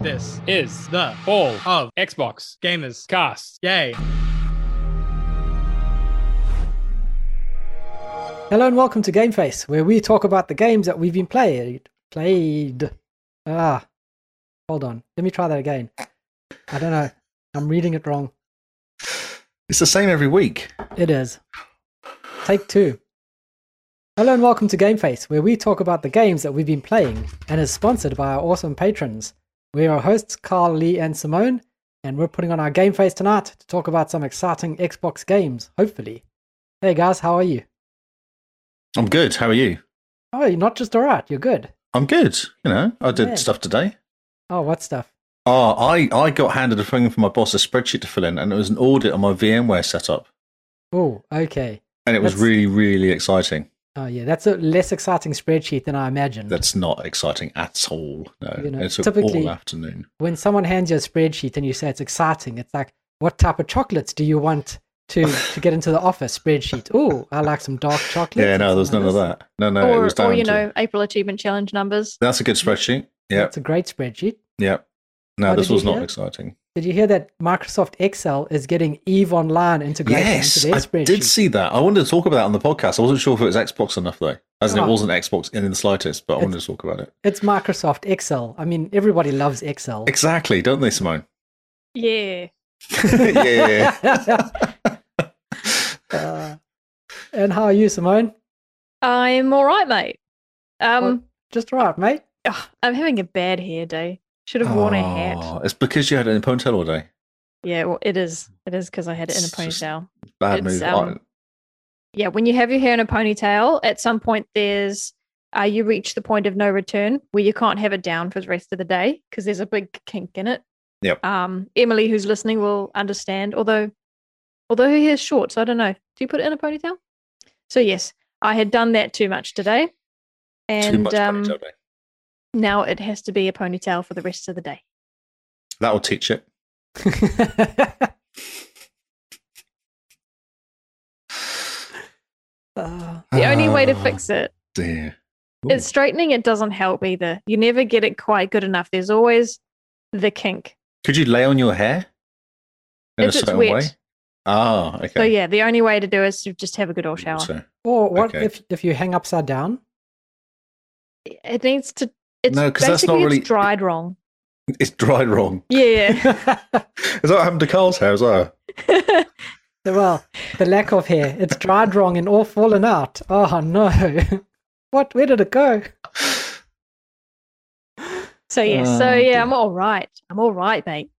This is the whole of Xbox Gamers Cast. Yay. Hello and welcome to Game Face, where we talk about the games that we've been played. Played. Ah, hold on. Let me try that again. I don't know. I'm reading it wrong. It's the same every week. It is. Take two. Hello and welcome to Game Face, where we talk about the games that we've been playing and is sponsored by our awesome patrons. We are hosts Carl, Lee, and Simone, and we're putting on our Game Face tonight to talk about some exciting Xbox games, hopefully. Hey guys, how are you? I'm good. How are you? Oh, you're not just alright, you're good. I'm good. You know, I did Yeah. stuff today. Oh, what stuff? Oh, I, I got handed a thing from my boss, a spreadsheet to fill in, and it was an audit on my VMware setup. Oh, okay. And it was That's- really, really exciting. Oh, yeah, that's a less exciting spreadsheet than I imagined. That's not exciting at all. No, You know, it took typically- all afternoon. when someone hands you a spreadsheet and you say it's exciting, it's like, what type of chocolates do you want to, to get into the office spreadsheet? Oh, I like some dark chocolate. Yeah, no, there was none of that. No, no, Uh, it or, was down or you to- know, April achievement challenge numbers. That's a good spreadsheet. Yep, It's a great spreadsheet. yep. No, How this did you was not feel? exciting. Did you hear that Microsoft Excel is getting Eve Online integrated Yes, into their I spreadsheet? did see that. I wanted to talk about that on the podcast. I wasn't sure if it was Xbox enough, though. As in, Ah. it wasn't Xbox in the slightest, but I It's- wanted to talk about it. It's Microsoft Excel. I mean, everybody loves Excel. Exactly, don't they, Simone? Yeah. yeah. Uh, and how are you, Simone? I'm all right, mate. Um, Just right, mate. ugh, I'm having a bad hair day. Should have worn a hat. Oh, It's because you had it in a ponytail all day. Yeah, well, it is. It is because I had it in a It's just- ponytail. Bad It's, move. um, Yeah, when you have your hair in a ponytail, at some point there's uh, you reach the point of no return where you can't have it down for the rest of the day because there's a big kink in it. Yep. Um, Emily, who's listening, will understand. Although, although her hair's short, so I don't know. Do you put it in a ponytail? So yes, I had done that too much today, I- and too much um, ponytail day. now it has to be a ponytail for the rest of the day. That'll teach it. Uh, The only way to Ah, fix it Dear. Ooh. is straightening. It doesn't help either. You never get it quite good enough. There's always the kink. Could you lay on your hair in If a it's certain wet. way? Ah, okay. So yeah, the only way to do it is to just have a good old shower. So- or what Okay. if, if you hang upside down? It needs to. It's No, 'cause basically that's not really- it's dried wrong. it's dried wrong. Yeah. Is that what happened to Carl's hair as well? well, the lack of hair. It's dried wrong and all fallen out. Oh no. what? Where did it go? so yeah. So Oh, yeah, dear. I'm all right. I'm all right, mate.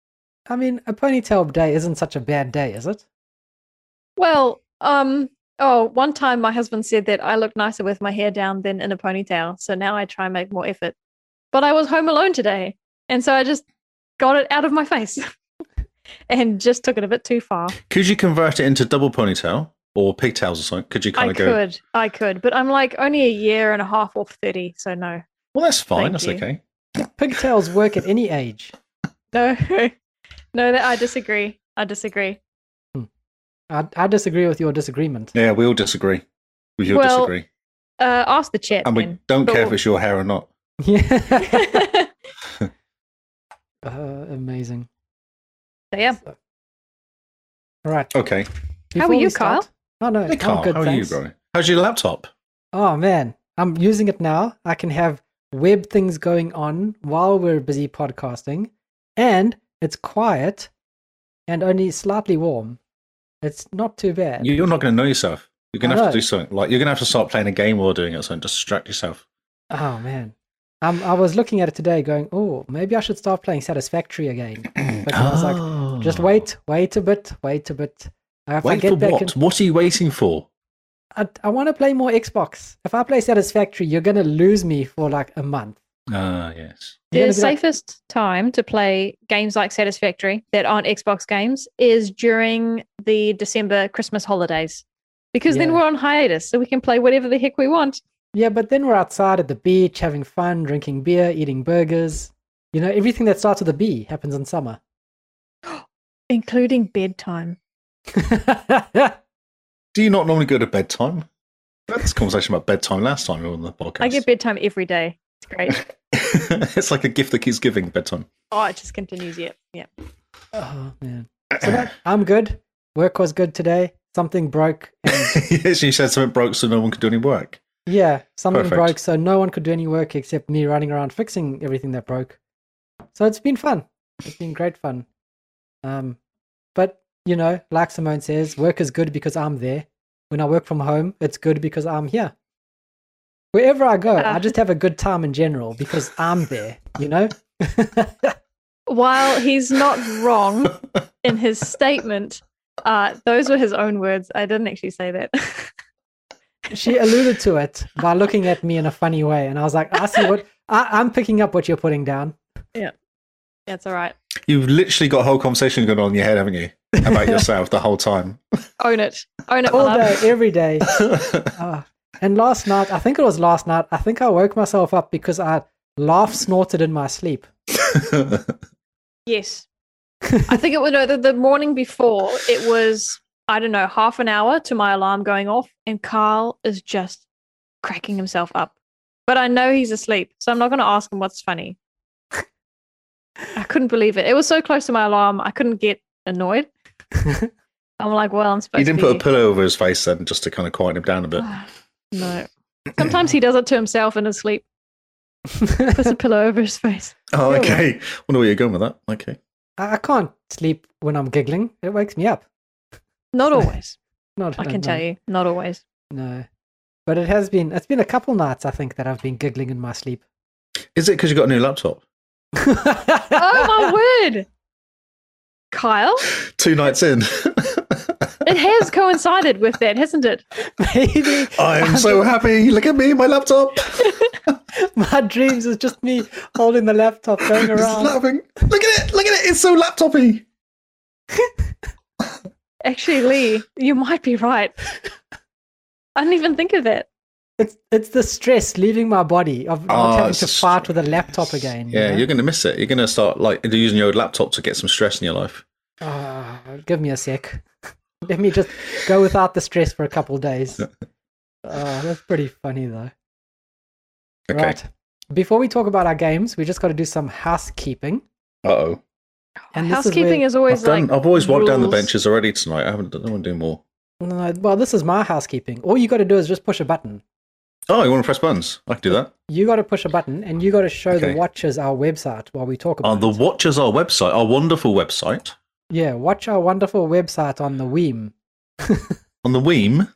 I mean, a ponytail day isn't such a bad day, is it? Well, um. Oh, one time my husband said that I look nicer with my hair down than in a ponytail. So now I try and make more effort. But I was home alone today, and so I just got it out of my face, and just took it a bit too far. Could you convert it into double ponytail or pigtails or something? Could you kind I of go? could, I could, but I'm like only a year and a half off thirty, so no, Well, that's fine. Thank that's you. okay. Pigtails work at any age. no, no. That I disagree. I disagree. I, I disagree with your disagreement. Yeah, we all disagree. We all Well, disagree, Uh, ask the chat. and we then. don't but care if we'll- it's your hair or not. Yeah. so uh, amazing. yeah, So- All right. Okay. How are we you, Kyle? start- No, no, Hey, Carl, I'm good, how are you, thanks. bro? How's your laptop? Oh man, I'm using it now. I can have web things going on while we're busy podcasting, and it's quiet and only slightly warm. It's not too bad. You're not going to know yourself. You're going I to have know. to do something. Like you're going to have to start playing a game while doing it, something to distract yourself. Oh man, um, I was looking at it today, going, "Oh, maybe I should start playing Satisfactory again." But I was like, "Just wait, wait a bit, wait a bit." Uh, If I Oh. Wait get for back what? in- What are you waiting for? I, I want to play more Xbox. If I play Satisfactory, you're gonna lose me for like a month. Ah, yes. You're the gonna be like, safest time to play games like Satisfactory that aren't Xbox games is during the December Christmas holidays, because then Yeah. we're on hiatus, so we can play whatever the heck we want. Yeah, but then we're outside at the beach having fun, drinking beer, eating burgers. You know, everything that starts with a B happens in summer. Including bedtime. Do you not normally go to bedtime? We had this conversation about bedtime last time we were on the podcast. I get bedtime every day. It's great. it's like a gift that keeps giving bedtime. Oh, it just continues. Yep. Yep. Oh, man. So that, I'm good. Work was good today. Something broke. And yes, you said something broke so no one could do any work. yeah, something Perfect. broke. So no one could do any work except me running around fixing everything that broke. So it's been fun. It's been great fun. Um, but, you know, like Simone says, work is good because I'm there. When I work from home, it's good because I'm here. Wherever I go, Uh. I just have a good time in general because I'm there, you know? While he's not wrong in his statement, uh, those were his own words. I didn't actually say that. she alluded to it by looking at me in a funny way, and I was like, "I see what I, I'm picking up. What you're putting down." That's all right. You've literally got a whole conversation going on in your head, haven't you? About yourself the whole time. Own it. Own it. my All love. day, every day. Ah. and last night, I think it was last night. I think I woke myself up because I laugh snorted in my sleep. Yes. I think it was no, the, the morning before, it was, I don't know, half an hour to my alarm going off, and Carl is just cracking himself up. But I know he's asleep, so I'm not going to ask him what's funny. I couldn't believe it. It was so close to my alarm, I couldn't get annoyed. I'm like, well, I'm supposed you didn't to put be. a pillow over his face then just to kind of quieten him down a bit. no. Sometimes he does it to himself in his sleep, puts a pillow over his face. Oh, Yeah. okay. Wonder where you're going with that. Okay. I, I can't sleep when I'm giggling. It wakes me up. Not always. Not, uh, I can tell you, not always. No, but it has been. It's been a couple nights, I think, that I've been giggling in my sleep. Is it because you got a new laptop? Oh my word. Kyle, Two nights in. it has coincided with that, hasn't it? Maybe I am so happy. Look at me, my laptop. my dreams is just me holding the laptop going It's around. laughing. Look at it. Look at it. It's so laptopy. Actually, Lee, you might be right. I didn't even think of that. It's it's the stress leaving my body of Oh, not having to it's fight with a laptop again. you Yeah, know? you're going to miss it. You're going to start like using your old laptop to get some stress in your life. Ah, give me a sec. Let me just go without the stress for a couple of days. Oh, that's pretty funny though. Okay. Right. Before we talk about our games, we just got to do some housekeeping. Uh oh. And this is Housekeeping where- is, I've always done. like. I've always wiped down the rules. benches already tonight. I haven't. I don't want to do more. No, well, this is my housekeeping. All you got to do is just push a button. Oh, you want to press buttons? I can do that. You got to push a button, and you got to show Okay. the watchers our website while we talk about. Oh, the it. Watchers, our website, our wonderful website yeah, watch our wonderful website on the Weem. on the Weem.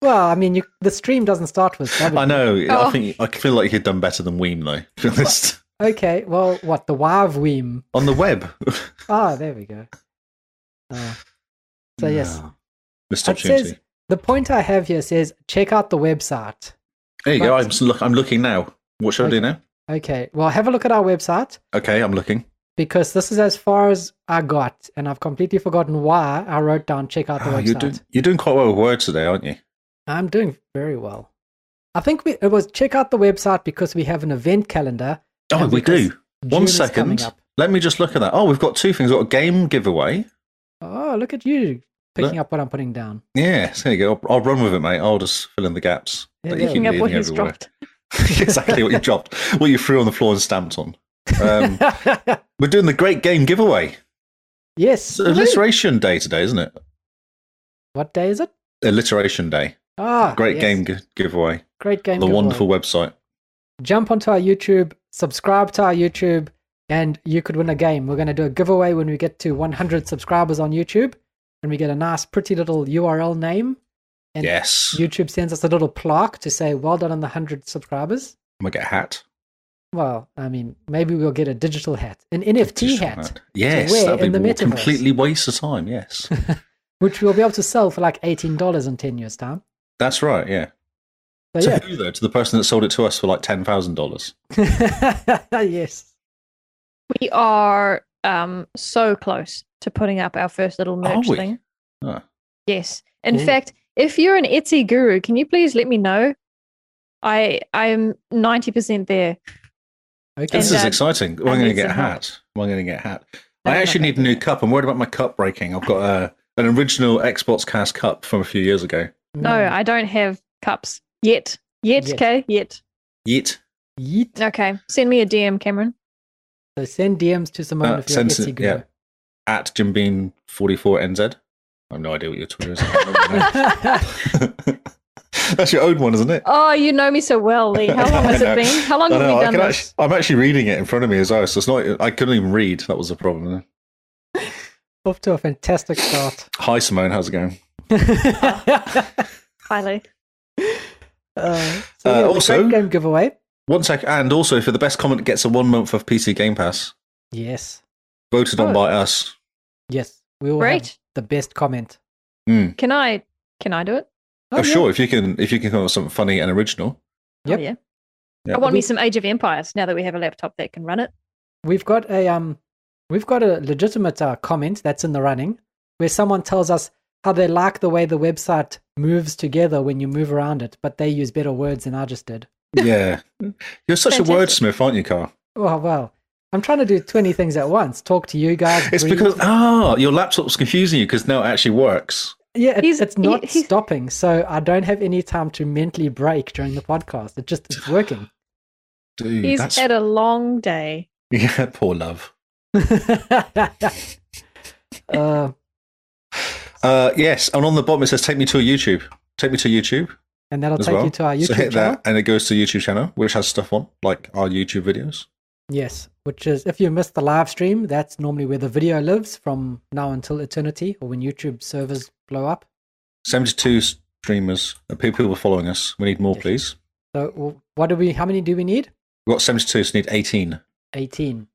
Well, I mean, you, the stream doesn't start with. W. I know. I Oh. think I feel like you've done better than Weem though. To be honest, Okay, well, what the Wav Weem? on the web. Ah, there we go. Ah. so yes, Yeah. Missed it opportunity. says the point I have here says check out the website. there you go. but- I'm s- look. I'm looking now. What should I do now? Okay, well, have a look at our website Okay, I'm looking. because this is as far as I got, and I've completely forgotten why I wrote down check out the Oh, website. you're doing. You're doing quite well with words today, aren't you? I'm doing very well. I think we, it was check out the website because we have an event calendar. Oh, and we because do. One June is coming second. up. Let me just look at that. Oh, we've got two things. We've got a game giveaway. Oh, look at you picking up what I'm putting down. Yeah, there you go. I'll, I'll run with it, mate. I'll just fill in the gaps Yeah, that yeah. you keep Picking up leaving what he's everywhere. dropped. exactly what you dropped, what you threw on the floor and stamped on. Um, we're doing the great game giveaway. yes. It's alliteration day today, isn't it? What day is it? Alliteration day. Ah, Great yes. game g- giveaway. Great game. the giveaway. wonderful website. jump onto our YouTube, subscribe to our YouTube, and you could win a game. We're going to do a giveaway when we get to 100 subscribers on YouTube, and we get a nice, pretty little URL name. And yes. YouTube sends us a little plaque to say, "Well done on the 100 subscribers." I'm going to get a hat. Well, I mean, maybe we'll get a digital hat, an NFT Just hat, that. Yes. wear That'd in be the w- metaverse. completely waste of time. Yes. which we'll be able to sell for like eighteen dollars in ten years' time. That's right. Yeah. So to yeah, who, though? To the person that sold it to us for like $10,000. yes, We are um, so close to putting up our first little Are merch we? thing. Ah. Yes. In Ooh. fact, if you're an Etsy guru, can you please let me know? I I am 90% there. okay. This And, is uh, exciting. Well, I I'm going to need get some a help. hat. Well, I'm going to get a hat. No, I I'm actually not need a gonna new do cup. I'm worried about my cup breaking. I've got a, an original Xbox Cast cup from a few years ago. uh, No, I don't have cups yet. Yet, Yet. okay? Yet. Yeet. Yeet. Okay. Send me a DM, Cameron. So send DMs to Simone Uh, if you're a send it- Etsy guru. yeah. At Jimbean44NZ. I have no idea what your Twitter is. I don't know. That's your own one, isn't it? Oh, you know me so well, Lee. How long has I know. it been? How long I have know. we I done can this? actually, I'm actually reading it in front of me as well, so it's not. I couldn't even read. That was the problem. Off to a fantastic start. Hi, Simone. How's it going? Finally. Uh, so Uh, yeah, the also- great game giveaway. One sec. And also, for the best comment gets a one month of PC Game Pass, Yes, voted Oh. on by us. yes, we will have Great. the best comment. Mm. Can I can I do it? Oh, yeah. sure. If you can, if you can come up with something funny and original. Yep. Oh, yeah. Yeah. I want We- me some Age of Empires now that we have a laptop that can run it. We've got a um, we've got a legitimate uh, comment that's in the running where someone tells us how they like the way the website moves together when you move around it, but they use better words than I just did. Yeah, you're such Fantastic. a wordsmith, aren't you, Carl? Well, Oh, well, I'm trying to do 20 things at once. Talk to you guys. It's read. because ah, your laptop's confusing you because now it actually works. yeah, it, He's- it's not he- he's- stopping, so I don't have any time to mentally break during the podcast. It just it's working. Dude, He's Mm, that's had a long day. yeah, poor love. uh, Uh, yes, and on the bottom it says, "Take me to a YouTube." Take me to YouTube and that'll as take well. you to our YouTube so hit channel. that, and it goes to YouTube channel, which has stuff on like our YouTube videos. Yes, which is if you missed the live stream, that's normally where the video lives from now until eternity, or when YouTube servers blow up. Seventy-two streamers, uh, pe- people are following us. We need more, Yes. please. So, w- what do we? How many do we need? We've got seventy-two, so we need 18. 18.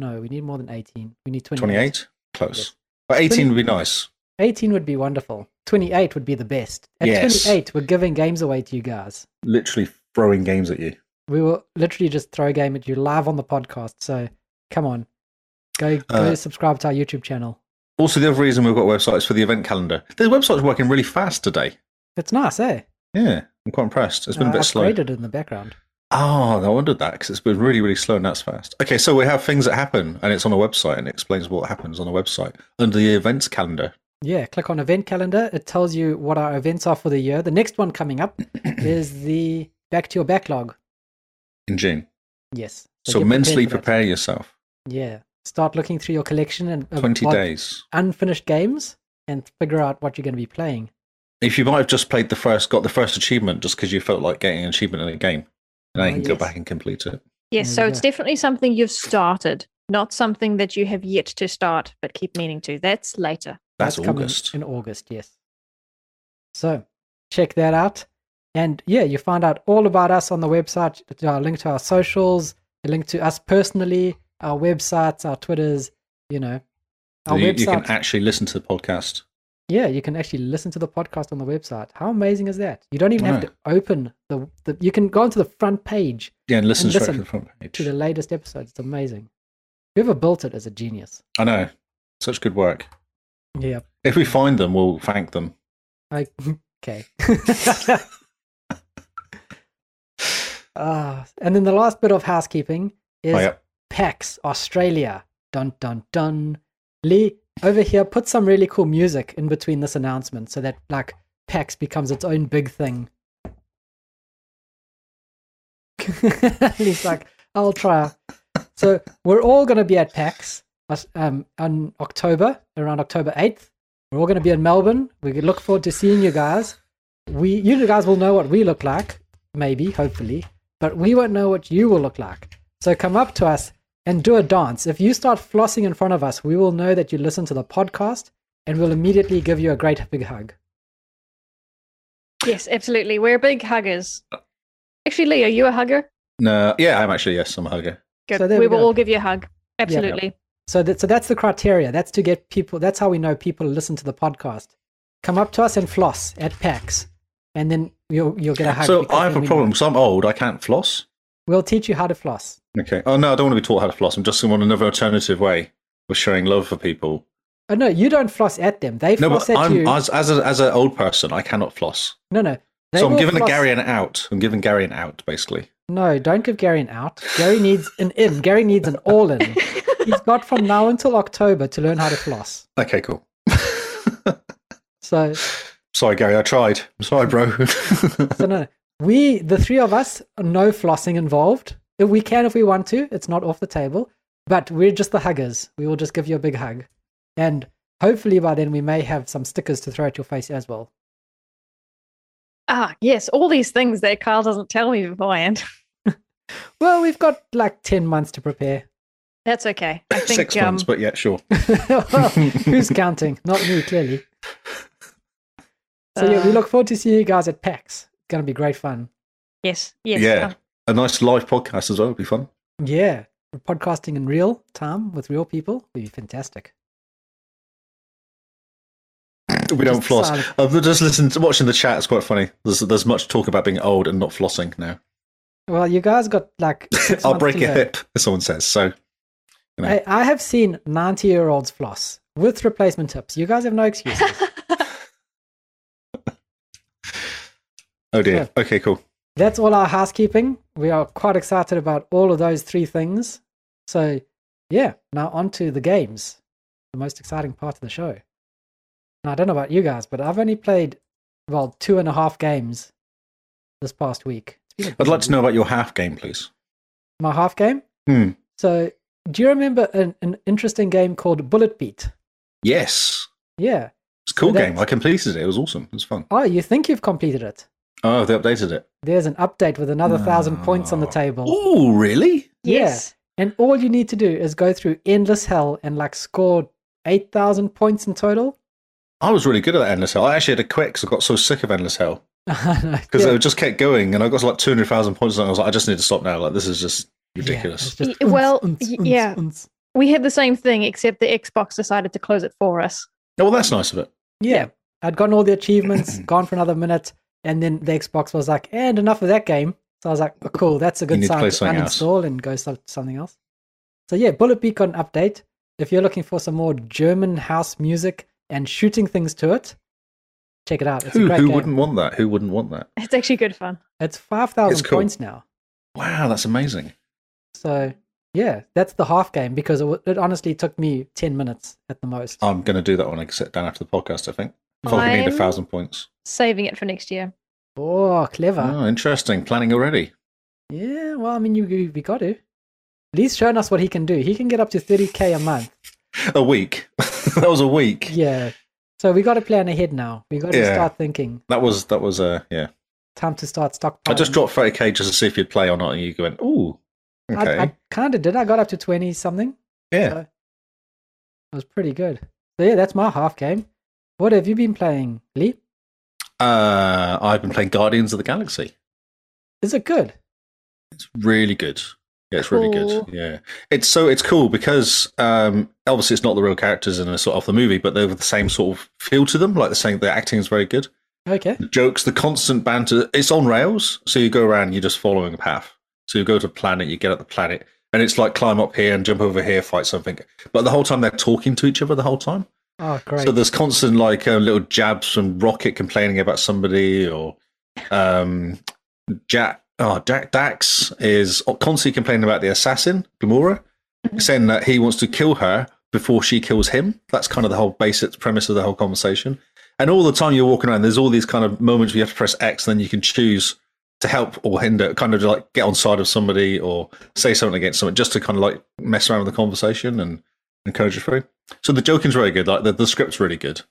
No, we need more than 18. We need 28. 28? close, Yes. but eighteen Twenty- would be nice. 18 would be wonderful. 28 would be the best. At Yes. 28, we're giving games away to you guys. Literally throwing games at you. We will literally just throw a game at you live on the podcast. So, come on, go go Uh, subscribe to our YouTube channel. Also, the other reason we've got websites for the event calendar. The website's working really fast today. It's nice, eh? Yeah, I'm quite impressed. It's been a I bit slow. Uh, upgraded in the background. Oh, I wondered that because it's been really, really slow and that's fast. Okay, so we have things that happen and it's on a website and it explains what happens on a website under the events calendar. Yeah, click on event calendar. It tells you what our events are for the year. The next one coming up is the back to your backlog. In June. Yes. get So, prepared mentally for that. prepare yourself. Yeah. Start looking through your collection and of 20 odd days. unfinished games and figure out what you're going to be playing. If you might have just played the first, got the first achievement just because you felt like getting an achievement in a game, now you Oh, can go yes. back and complete it. Yes, There we so it's go. definitely something you've started, not something that you have yet to start but keep meaning to. That's later. That's, coming August. in August, yes. So check that out. And yeah, you find out all about us on the website, to our link to our socials, a link to us personally, our websites, our Twitters, you know. So Our you, website. you can actually listen to the podcast. Yeah, you can actually listen to the podcast on the website. How amazing is that? You don't even have Wow. to open the, the you can go onto the front page Yeah, and listen And straight listen to the front page. to the latest episodes. It's amazing. Whoever built it is a genius. I know. Such good work. Yeah. If we find them, we'll thank them. I, okay. Ah, and then the last bit of housekeeping is Oh, yeah. PAX Australia. Dun dun dun. Lee, over here, put some really cool music in between this announcement so that like PAX becomes its own big thing. Lee's like, I'll try. So we're all going to be at PAX us- um, on October, around October 8th. We're all going to be in Melbourne. We look forward to seeing you guys. We, you guys will know what we look like, maybe, hopefully, but we won't know what you will look like. So come up to us and do a dance. If you start flossing in front of us, we will know that you listen to the podcast and we'll immediately give you a great big hug. Yes, absolutely. We're big huggers. Actually, Lee, are you a hugger? No, yeah, I'm actually yes, I'm a hugger. Good. So there we, we will go. all give you a hug. Absolutely. So that so that's the criteria. That's to get people. That's how we know people listen to the podcast. Come up to us and floss at PAX, and then you'll you'll get a hug. So because I have then a we know. problem. So I'm old. I can't floss. We'll teach you how to floss. Okay. Oh no, I don't want to be taught how to floss. I'm just going to want another alternative way of showing love for people. Oh no, you don't floss at them. They No, floss but at I'm you. as as a, as an old person, I cannot floss. no, no. They so I'm will giving floss- Gary an out. I'm giving Gary an out, basically. No, don't give Gary an out. Gary needs an in. Gary needs an all in. He's got from now until October to learn how to floss. Okay, cool. So Sorry, Gary. I tried. I'm sorry, bro. So no, We, the three of us, no flossing involved. If We can if we want to. It's not off the table. But we're just the huggers. We will just give you a big hug. And hopefully by then we may have some stickers to throw at your face as well. Ah, yes, all these things that Kyle doesn't tell me beforehand. Well, we've got like 10 months to prepare. That's okay. I think Six um, months, but yeah, sure. well, who's counting? Not me, clearly. So yeah, we uh, look forward to seeing you guys at PAX. It's going to be great fun. Yes, yes. Yeah. um, A nice live podcast as well would be fun. Yeah, we're podcasting in real time with real people would be fantastic. We don't Just floss. silent. I've just listened to watching the chat. It's quite funny. There's there's much talk about being old and not flossing now. Well, you guys got like. six I'll months break to a learn. hip, as someone says. So you know. Hey, I have seen 90 year olds floss with replacement tips. You guys have no excuses. oh dear. Okay, cool. That's all our housekeeping. We are quite excited about all of those three things. So, yeah, now on to the games, the most exciting part of the show. Now, I don't know about you guys, but I've only played, well, two and a half games this past week. It's been a I'd busy like to week. know about your half game, please. My half game? Hmm. So, do you remember an, an interesting game called Bullet Beat? Yes. Yeah. It's a cool So game. that's- I completed it. It was awesome. It was fun. Oh, you think you've completed it? Oh, they updated it. There's an update with another thousand points on the No. table. Oh, really? Yeah. yes. And all you need to do is go through endless hell and like score 8,000 points in total. I was really good at that Endless Hell. I actually had to quit because I got so sick of Endless Hell because Because it just kept going and I got to like 200,000 points and I was like, I just need to stop now. Like, this is just ridiculous. Y- well, y- yeah. We had the same thing, except the Xbox decided to close it for us. Oh, well, that's nice of it. yeah. I'd gotten all the achievements, gone for another minute, and then the Xbox was like, and enough of that game. So I was like, oh, cool, that's a good need to sign play to, something else. uninstall and go so- something else. So yeah, Bullet Beak got an update. If you're looking for some more German house music and shooting things to it, check it out. It's a Who, great who game. wouldn't want that? Who wouldn't want that? It's actually good fun. It's 5,000 It's cool. points now. Wow, that's amazing. So yeah, that's the half game because it, wa- it honestly took me ten minutes at the most. I'm going to do that when I sit down after the podcast, I think. If I could need a I'm- thousand points. Saving it for next year. Oh, clever! Oh, interesting. Planning already. Yeah, well, I mean, you, you we got to. Lee's shown us what he can do. He can get up to thirty k a month. A week. that was a week. Yeah. So we got to plan ahead now. We got to Yeah. start thinking. That was, that was, uh, yeah. Time to start stockpiling. I just dropped 30k just to see if you'd play or not, and you went, ooh, okay. I, I kind of did. I got up to twenty something. yeah. so- It was pretty good. So yeah, that's my half game. What have you been playing, Lee? Uh, I've been playing Guardians of the Galaxy. Is it good? It's really good. Yeah, it's really Cool. good. Yeah, it's so it's cool because um, obviously it's not the real characters in a sort of the movie, but they're with the same sort of feel to them. Like the same, the acting is very good. Okay. The jokes, the constant banter. It's on rails, so you go around. And you're just following a path. So you go to a planet, you get at the planet, and it's like climb up here and jump over here, fight something. But the whole time they're talking to each other. The whole time. Oh, great. So there's constant like uh, little jabs from Rocket complaining about somebody, or um, Jack. Oh, Jack Dax is constantly complaining about the assassin Gamora, saying that he wants to kill her before she kills him. That's kind of the whole basic premise of the whole conversation. And all the time you're walking around, there's all these kind of moments where you have to press X, and then you can choose to help or hinder, kind of like get on side of somebody or say something against someone, just to kind of like mess around with the conversation and encourage it through. So the joking's very good. Like the, the script's really good.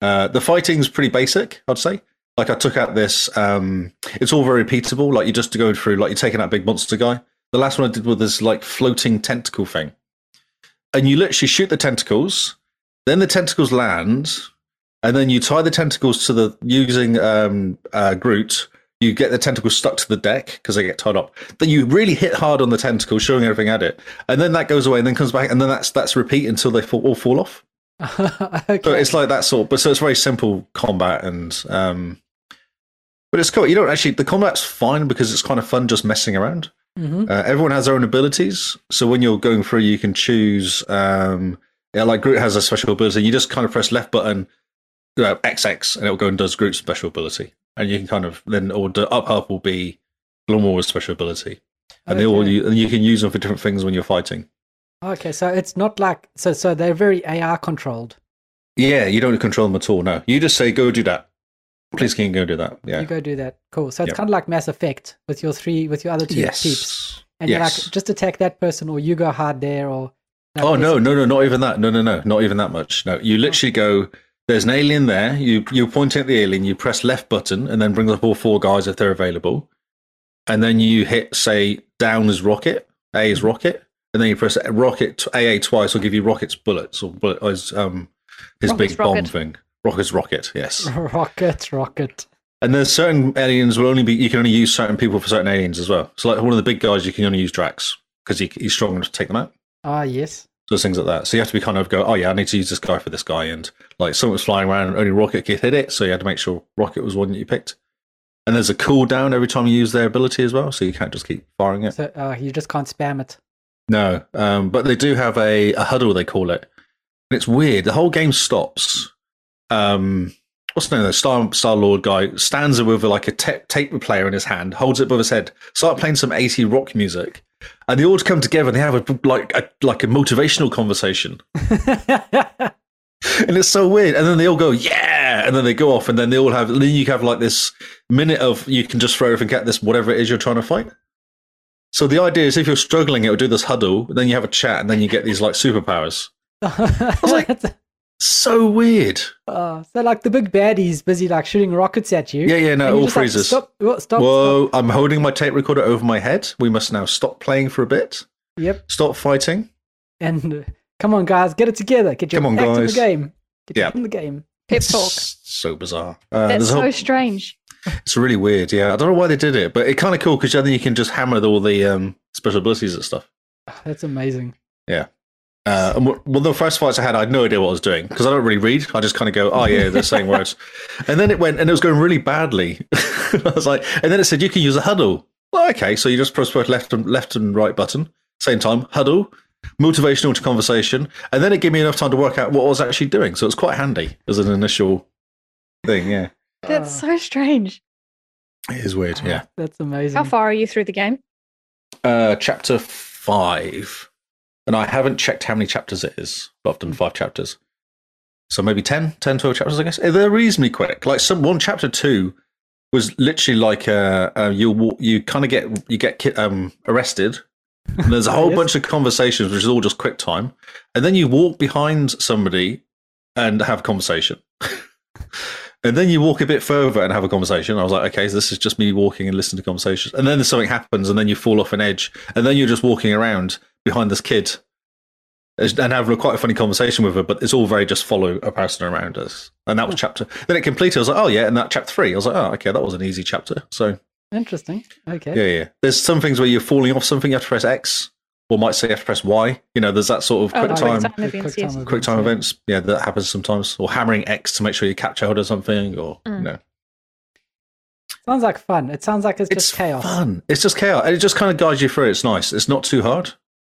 Uh, the fighting's pretty basic, I'd say. Like I took out this. Um, it's all very repeatable. Like you're just going through. Like you're taking out a big monster guy. The last one I did was this like floating tentacle thing, and you literally shoot the tentacles. Then the tentacles land, and then you tie the tentacles to the using um, uh, Groot. You get the tentacles stuck to the deck because they get tied up. Then you really hit hard on the tentacle, showing everything at it, and then that goes away, and then comes back, and then that's that's repeat until they fall, all fall off. okay. So it's like that sort, but so it's very simple combat and um but it's cool. You don't actually the combat's fine because it's kind of fun just messing around. Mhm. Uh, everyone has their own abilities, so when you're going through, you can choose. Um, yeah, like Groot has a special ability. You just kind of press left button, you know, XX, and it'll go and does Groot's special ability, and you can kind of then or the up up will be Glomora's special ability, and they all Okay. you, and you can use them for different things when you're fighting. Okay, so it's not like so so they're very AR controlled. Yeah, you don't control them at all. No, you just say go do that, Please can you go do that? Yeah. You go do that. Cool. So it's Yep. kind of like Mass Effect with your three, with your other two yes. peeps, and yes. you're like, just attack that person, or you go hard there, or like oh this. no, no, no, not even that. No, no, no, not even that much. No, you literally go. There's an alien there. You you point at the alien. You press left button, and then bring up all four guys if they're available. And then you hit say down is rocket, A is rocket, and then you press rocket t- AA twice. Will give you rocket's bullets or bullet or his um his Rocket's big bomb rocket. thing. Rocket's rocket. Yes. rocket, rocket. And there's certain aliens will only be you can only use certain people for certain aliens as well. So like one of the big guys, you can only use Drax because he, he's strong enough to take them out. Ah, yes. So things like that. So you have to be kind of go, oh yeah, I need to use this guy for this guy, and like someone was flying around and only Rocket could hit it, so you had to make sure Rocket was one that you picked. And there's a cooldown every time you use their ability as well, so you can't just keep firing it. So uh, you just can't spam it. No, um, but they do have a, a huddle they call it, and it's weird. The whole game stops. Um, what's the name? Of the Star Star Lord guy stands there with like a te- tape player in his hand, holds it above his head, start playing some eighty rock music, and they all come together and they have a like a like a motivational conversation. and it's so weird. And then they all go, yeah, and then they go off, and then they all have. And then you have like this minute of you can just throw everything at this whatever it is you're trying to fight. So the idea is, if you're struggling, it'll do this huddle, then you have a chat, and then you get these like superpowers. like- So weird. Uh, so like the big baddie's busy like shooting rockets at you. Yeah, yeah, no, and it you're all just like, freezes. stop, whoa, stop, stop. Whoa! I'm holding my tape recorder over my head. We must now stop playing for a bit. Yep. Stop fighting. And uh, come on, guys, get it together. Get your Come on, act in the guys. game. Get your Yeah. act in the game. Pep It's talk. So bizarre. Uh, That's there's a so whole- strange. It's really weird, yeah. I don't know why they did it, but it's kind of cool because then you can just hammer all the um, special abilities and stuff. Ah, That's amazing. Uh, and w- well, the first fights I had, I had no idea what I was doing because I don't really read. I just kind of go, oh yeah, they're saying words. And then it went, and it was going really badly. I was like, and then it said you can use a huddle. Well, okay, so you just press both left and left and right button, same time, huddle, motivational to conversation, and then it gave me enough time to work out what I was actually doing. So it's quite handy as an initial thing. Yeah, That's so strange. it is weird. Ah, Yeah. That's amazing. How far are you through the game? Uh, chapter five, and I haven't checked how many chapters it is, but I've done five chapters. So maybe 10, 10, 12 chapters, I guess. Eh, They're reasonably quick. Like some one chapter two was literally like uh, uh you wa- you kind of get you get ki- um arrested. And there's a whole Yes. bunch of conversations, which is all just quick time, and then you walk behind somebody and have a conversation. And then you walk a bit further and have a conversation. I was like, okay, so this is just me walking and listening to conversations. And then something happens, and then you fall off an edge, and then you're just walking around behind this kid and having a quite a funny conversation with her. But it's all very just follow a person around us. And that was chapter. Then it completed. I was like, oh yeah, and that chapter three. I was like, oh okay, that was an easy chapter. So Interesting. Okay. yeah, yeah. There's some things where you're falling off something. You have to press X, or might say you have to press Y. You know, there's that sort of Oh, quick quick time time Quick events, time yes. quick time yeah. events. Yeah, that happens sometimes. Or hammering X to make sure you capture hold of something, or Mm. you know, Sounds like fun. It sounds like it's, it's just chaos. fun. It's just chaos, and it just kind of guides you through. It's nice. It's not too hard.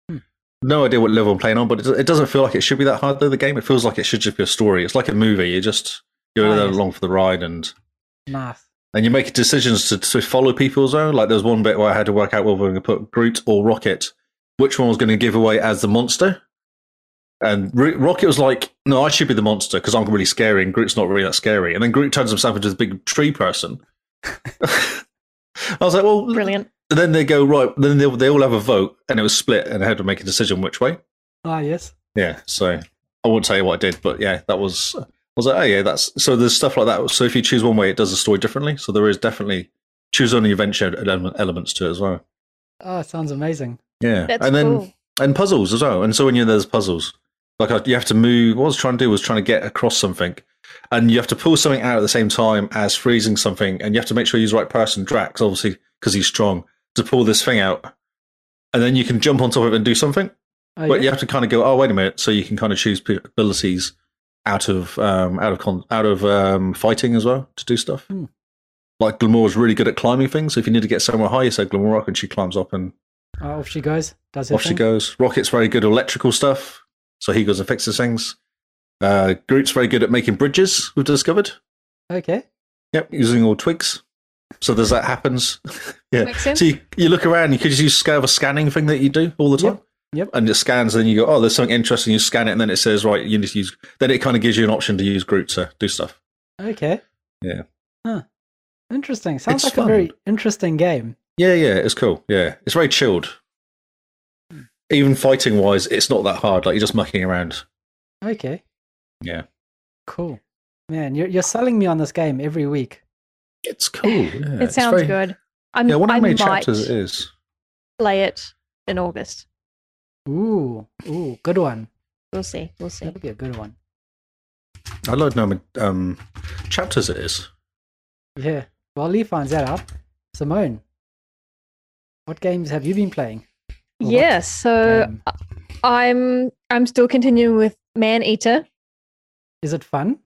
Hmm. No idea what level I'm playing on, but it, it doesn't feel like it should be that hard. Though the game, it feels like it should just be a story. It's like a movie. You just you're Ah, there yes. along for the ride, and Nice. and you make decisions to, to follow people as well. Like there was one bit where I had to work out whether we were going to put Groot or Rocket, which one was going to give away as the monster. And Ro- Rocket was like, "No, I should be the monster because I'm really scary, and Groot's not really that scary." And then Groot turns himself into the big tree person. I was like, "Well, Brilliant. Then they go right. Then they, they all have a vote, and it was split, and I had to make a decision which way. Ah, yes. Yeah, so I won't tell you what I did, but yeah, that was I was like, oh yeah, that's so there's stuff like that. So if you choose one way, it does the story differently. So there is definitely choose only adventure ele- elements to it as well. Ah, sounds amazing. Yeah, That's and then cool. and puzzles as well. And so when you're there, there's puzzles. Like I, you have to move. What I was trying to do was trying to get across something, and you have to pull something out at the same time as freezing something, and you have to make sure you use the right person, Drax, obviously because he's strong, to pull this thing out, and then you can jump on top of it and do something Oh, but you have to kind of go, oh wait a minute, so you can kind of choose p- abilities out of um, out of con- out of um, fighting as well to do stuff. Hmm. Like Glamour's really good at climbing things. So if you need to get somewhere high, you say Glamour Rock, and she climbs up and Ah, off she goes. Does her off she thing. goes. Rocket's very good at electrical stuff, so he goes and fixes things. Uh, Groot's very good at making bridges. We've discovered. Okay. Yep, using all twigs. So there's that happens. yeah. Makes sense. So you, you look around, you could just use sc- a scanning thing that you do all the time. Yep. And it scans, and then you go, oh, there's something interesting. You scan it, and then it says, right, you need to use. Then it kind of gives you an option to use Groot to do stuff. Okay. Yeah. Interesting. Sounds It's like fun. a very interesting game. Yeah, yeah, it's cool. Yeah, it's very chilled. Even fighting wise, it's not that hard. Like you're just mucking around. Okay. Yeah, Cool. Man, you're, you're selling me on this game every week. it's cool. Yeah, it it's sounds very- good. I'm, Yeah, I wonder Mm, I how many might chapters it is. play it in August. Ooh, ooh, good one. We'll see. We'll see. That'll be a good one. I'd like to know how many um, chapters it is. Yeah. Well, Lee finds that out. Simone, what games have you been playing? Um, Or what Yeah, so game? I'm I'm still continuing with Man Eater. is it fun?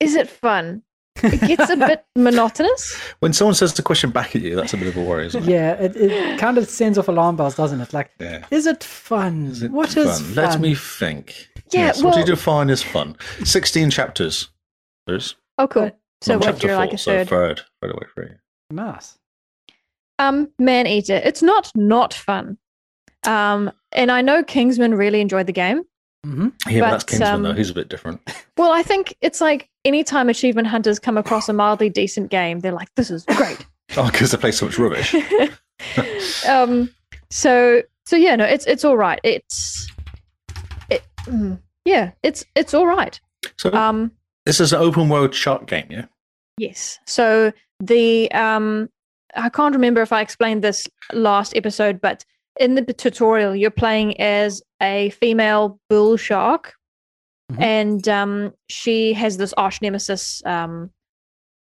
Is it fun? It gets a bit monotonous. When someone says the question back at you, that's a bit of a worry, isn't it? yeah, it, it kind of sends off alarm bells, doesn't it? Like, Yeah. is it fun? Is it What is fun? Let me think. Yeah, yes, what do well- you define as fun? 16 chapters. There's Oh, cool. Good. So I'm what? chapter You're like four, a third. So third, right away for you. Nice. um, Man Eater. It's not not fun. Um, and I know Kingsman really enjoyed the game. hmm Yeah, but, But, that's Kingsman, though. um, He's a bit different. Well, I think it's like anytime achievement hunters come across a mildly decent game, they're like, "This is great." Oh, because they play so much rubbish. um, so so yeah, no, it's it's all right. It's it, mm, yeah, it's it's all right. So Um, this is an open world shark game, yeah? Yes. So the um I can't remember if I explained this last episode, but in the b- tutorial you're playing as a female bull shark Mhm. and um she has this arch nemesis um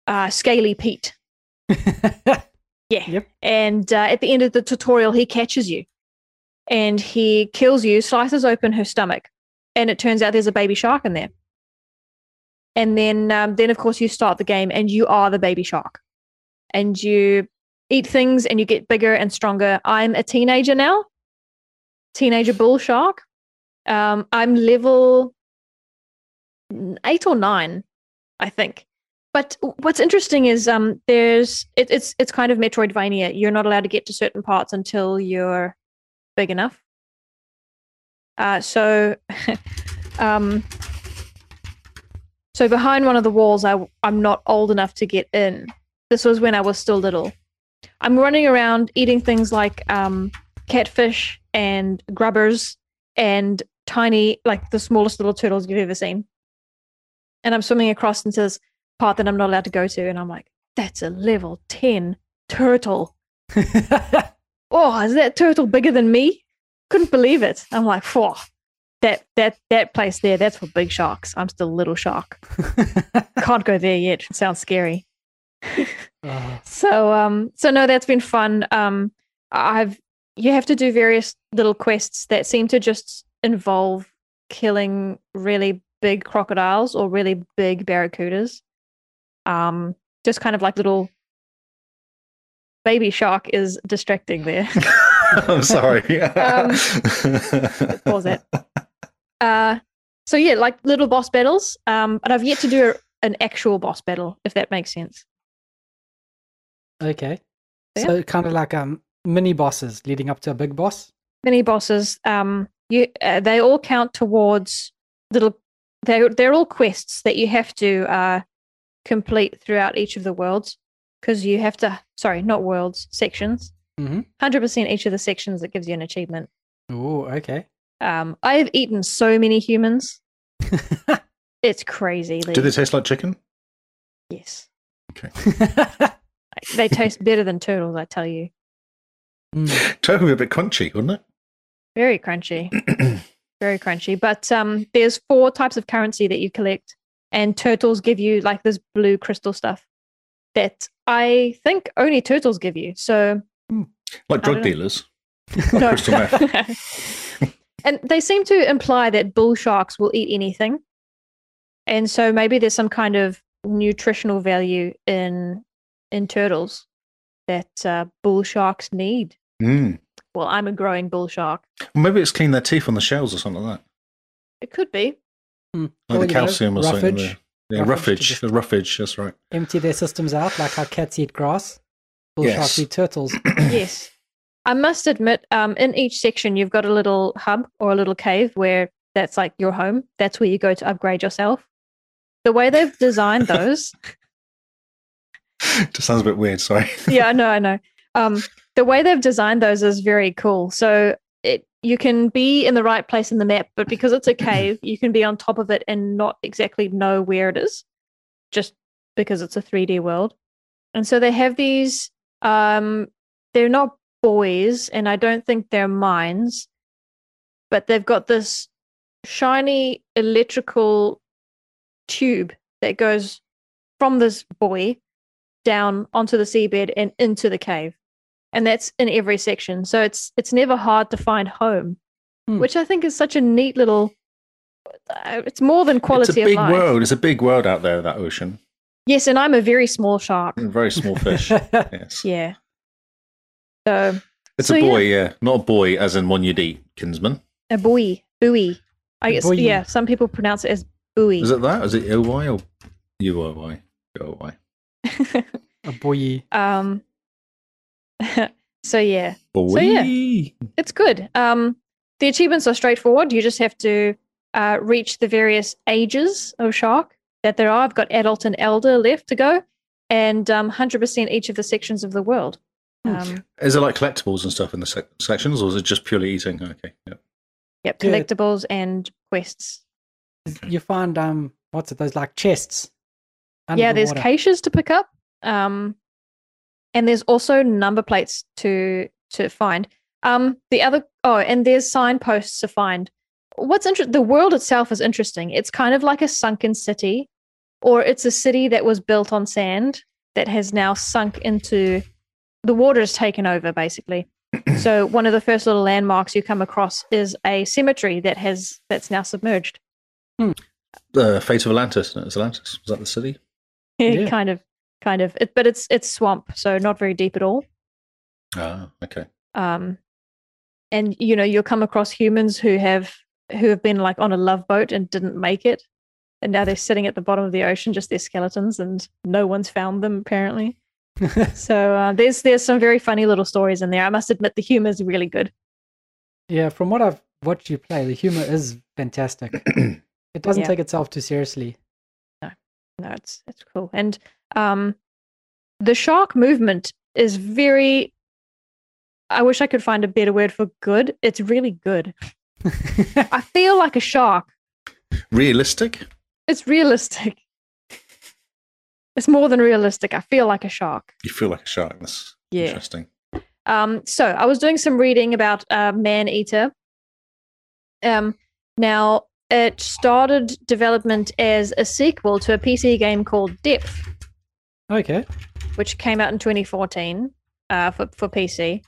uh scaly Pete. Yeah. Yep. And uh, at the end of the tutorial he catches you and he kills you, slices open her stomach, and it turns out there's a baby shark in there and then um, then of course you start the game and you are the baby shark and you eat things and you get bigger and stronger i'm a teenager now teenager bull shark um, i'm level n- eight or nine i think but w- what's interesting is um, there's it, it's it's kind of metroidvania you're not allowed to get to certain parts until you're big enough uh, so um, so behind one of the walls, I I'm not old enough to get in. This was when I was still little. I'm running around eating things like um, catfish and grubbers and tiny, like the smallest little turtles you've ever seen. And I'm swimming across into this part that I'm not allowed to go to, and I'm like, "That's a level ten turtle. Oh, is that turtle bigger than me? Couldn't believe it. I'm like, whoa, that that that place there, that's for big sharks. I'm still a little shark." can't go there yet. It sounds scary. Oh, So um so no, that's been fun. Um I've you have to do various little quests that seem to just involve killing really big crocodiles or really big barracudas. Um just kind of like little baby shark is distracting there. I'm sorry. Um, pause it. Uh, so yeah, like little boss battles. Um, but I've yet to do a, an actual boss battle, if that makes sense. okay. Yeah. So kind of like um mini bosses leading up to a big boss. mini bosses um you uh, they all count towards little they they're all quests that you have to uh complete throughout each of the worlds because you have to sorry not worlds sections Mhm. 100% each of the sections that gives you an achievement Oh, okay. um i have eaten so many humans it's crazy Do Lee. they taste like chicken? yes Mm. Like, they taste better than turtles i tell you Turtle would be a bit crunchy, wouldn't very crunchy it? very crunchy. But um, there's four types of currency that you collect, and turtles give you like this blue crystal stuff that I think only turtles give you. So like I drug don't know. dealers. No. crystal and they seem to imply that bull sharks will eat anything, and so maybe there's some kind of nutritional value in in turtles that uh, bull sharks need. Mm. Well, I'm a growing bull shark. Maybe it's clean their teeth on the shells or something like that. It could be. Or, Like Oh, you know, the calcium or something. in roughage. there. Yeah, Roughage to roughage. the- The roughage, that's right. Empty their systems out like how cats eat grass. Bull sharks Yes. eat turtles. yes. I must admit, um, in each section, you've got a little hub or a little cave where that's like your home. That's where you go to upgrade yourself. The way they've designed those Just sounds a bit weird. Sorry. yeah, I know, I know. Um, the way they've designed those is very cool. So it you can be in the right place in the map, but because it's a cave, you can be on top of it and not exactly know where it is, just because it's a 3D world. And so they have these. Um, they're not buoys, and I don't think they're mines, but they've got this shiny electrical tube that goes from this buoy down onto the seabed and into the cave. And that's in every section. So it's it's never hard to find home, Hmm. which I think is such a neat little uh, it's more than quality it's a of big life. world. It's a big world out there. That ocean. Yes, and I'm a very small shark. Very small fish. yeah. yes. Yeah. So It's So, a yeah. boy. Yeah. Not a boy, as in one you'd eat. Kinsman. a buoy, buoy. I guess Buoy. yeah, some people pronounce it as buoy. Is it that? Is it O Y or U O Y? O Y. A boy. um so yeah. Boy. yeah. it's good. Um, the achievements are straightforward. You just have to uh, reach the various ages of shark that there are. I've got adult and elder left to go, and um, 100% each of the sections of the world. Hmm. Um, Is it like collectibles and stuff in the sec- sections, or is it just purely eating? Okay. Yeah. yep, Yeah. collectibles and quests. You find um, what's it? Those like chests. under yeah, the there's water. caches to pick up, um, and there's also number plates to to find. Um, the other oh, and there's signposts to find. What's interesting? The world itself is interesting. It's kind of like a sunken city, or it's a city that was built on sand that has now sunk into the water is taken over basically. so one of the first little landmarks you come across is a cemetery that has that's now submerged. The fate of Atlantis. isn't it? Is Atlantis? Was that the city? Yeah. kind of, kind of. It, but it's it's swamp, so not very deep at all. Ah. Okay. um and you know you'll come across humans who have who have been like on a love boat and didn't make it and now they're sitting at the bottom of the ocean just their skeletons and no one's found them apparently so uh, there's there's some very funny little stories in there i must admit the humor is really good Yeah, from what I've watched you play, the humor is fantastic. it doesn't Yeah. take itself too seriously. no it's it's cool and um the shark movement is very i wish i could find a better word for good it's really good i feel like a shark Realistic. It's realistic. It's more than realistic. I feel like a shark. You feel like a shark. That's interesting. Um, so I was doing some reading about uh, Man Eater. Um, now, it started development as a sequel to a PC game called Depth, okay. which came out in 2014 uh, for, for PC.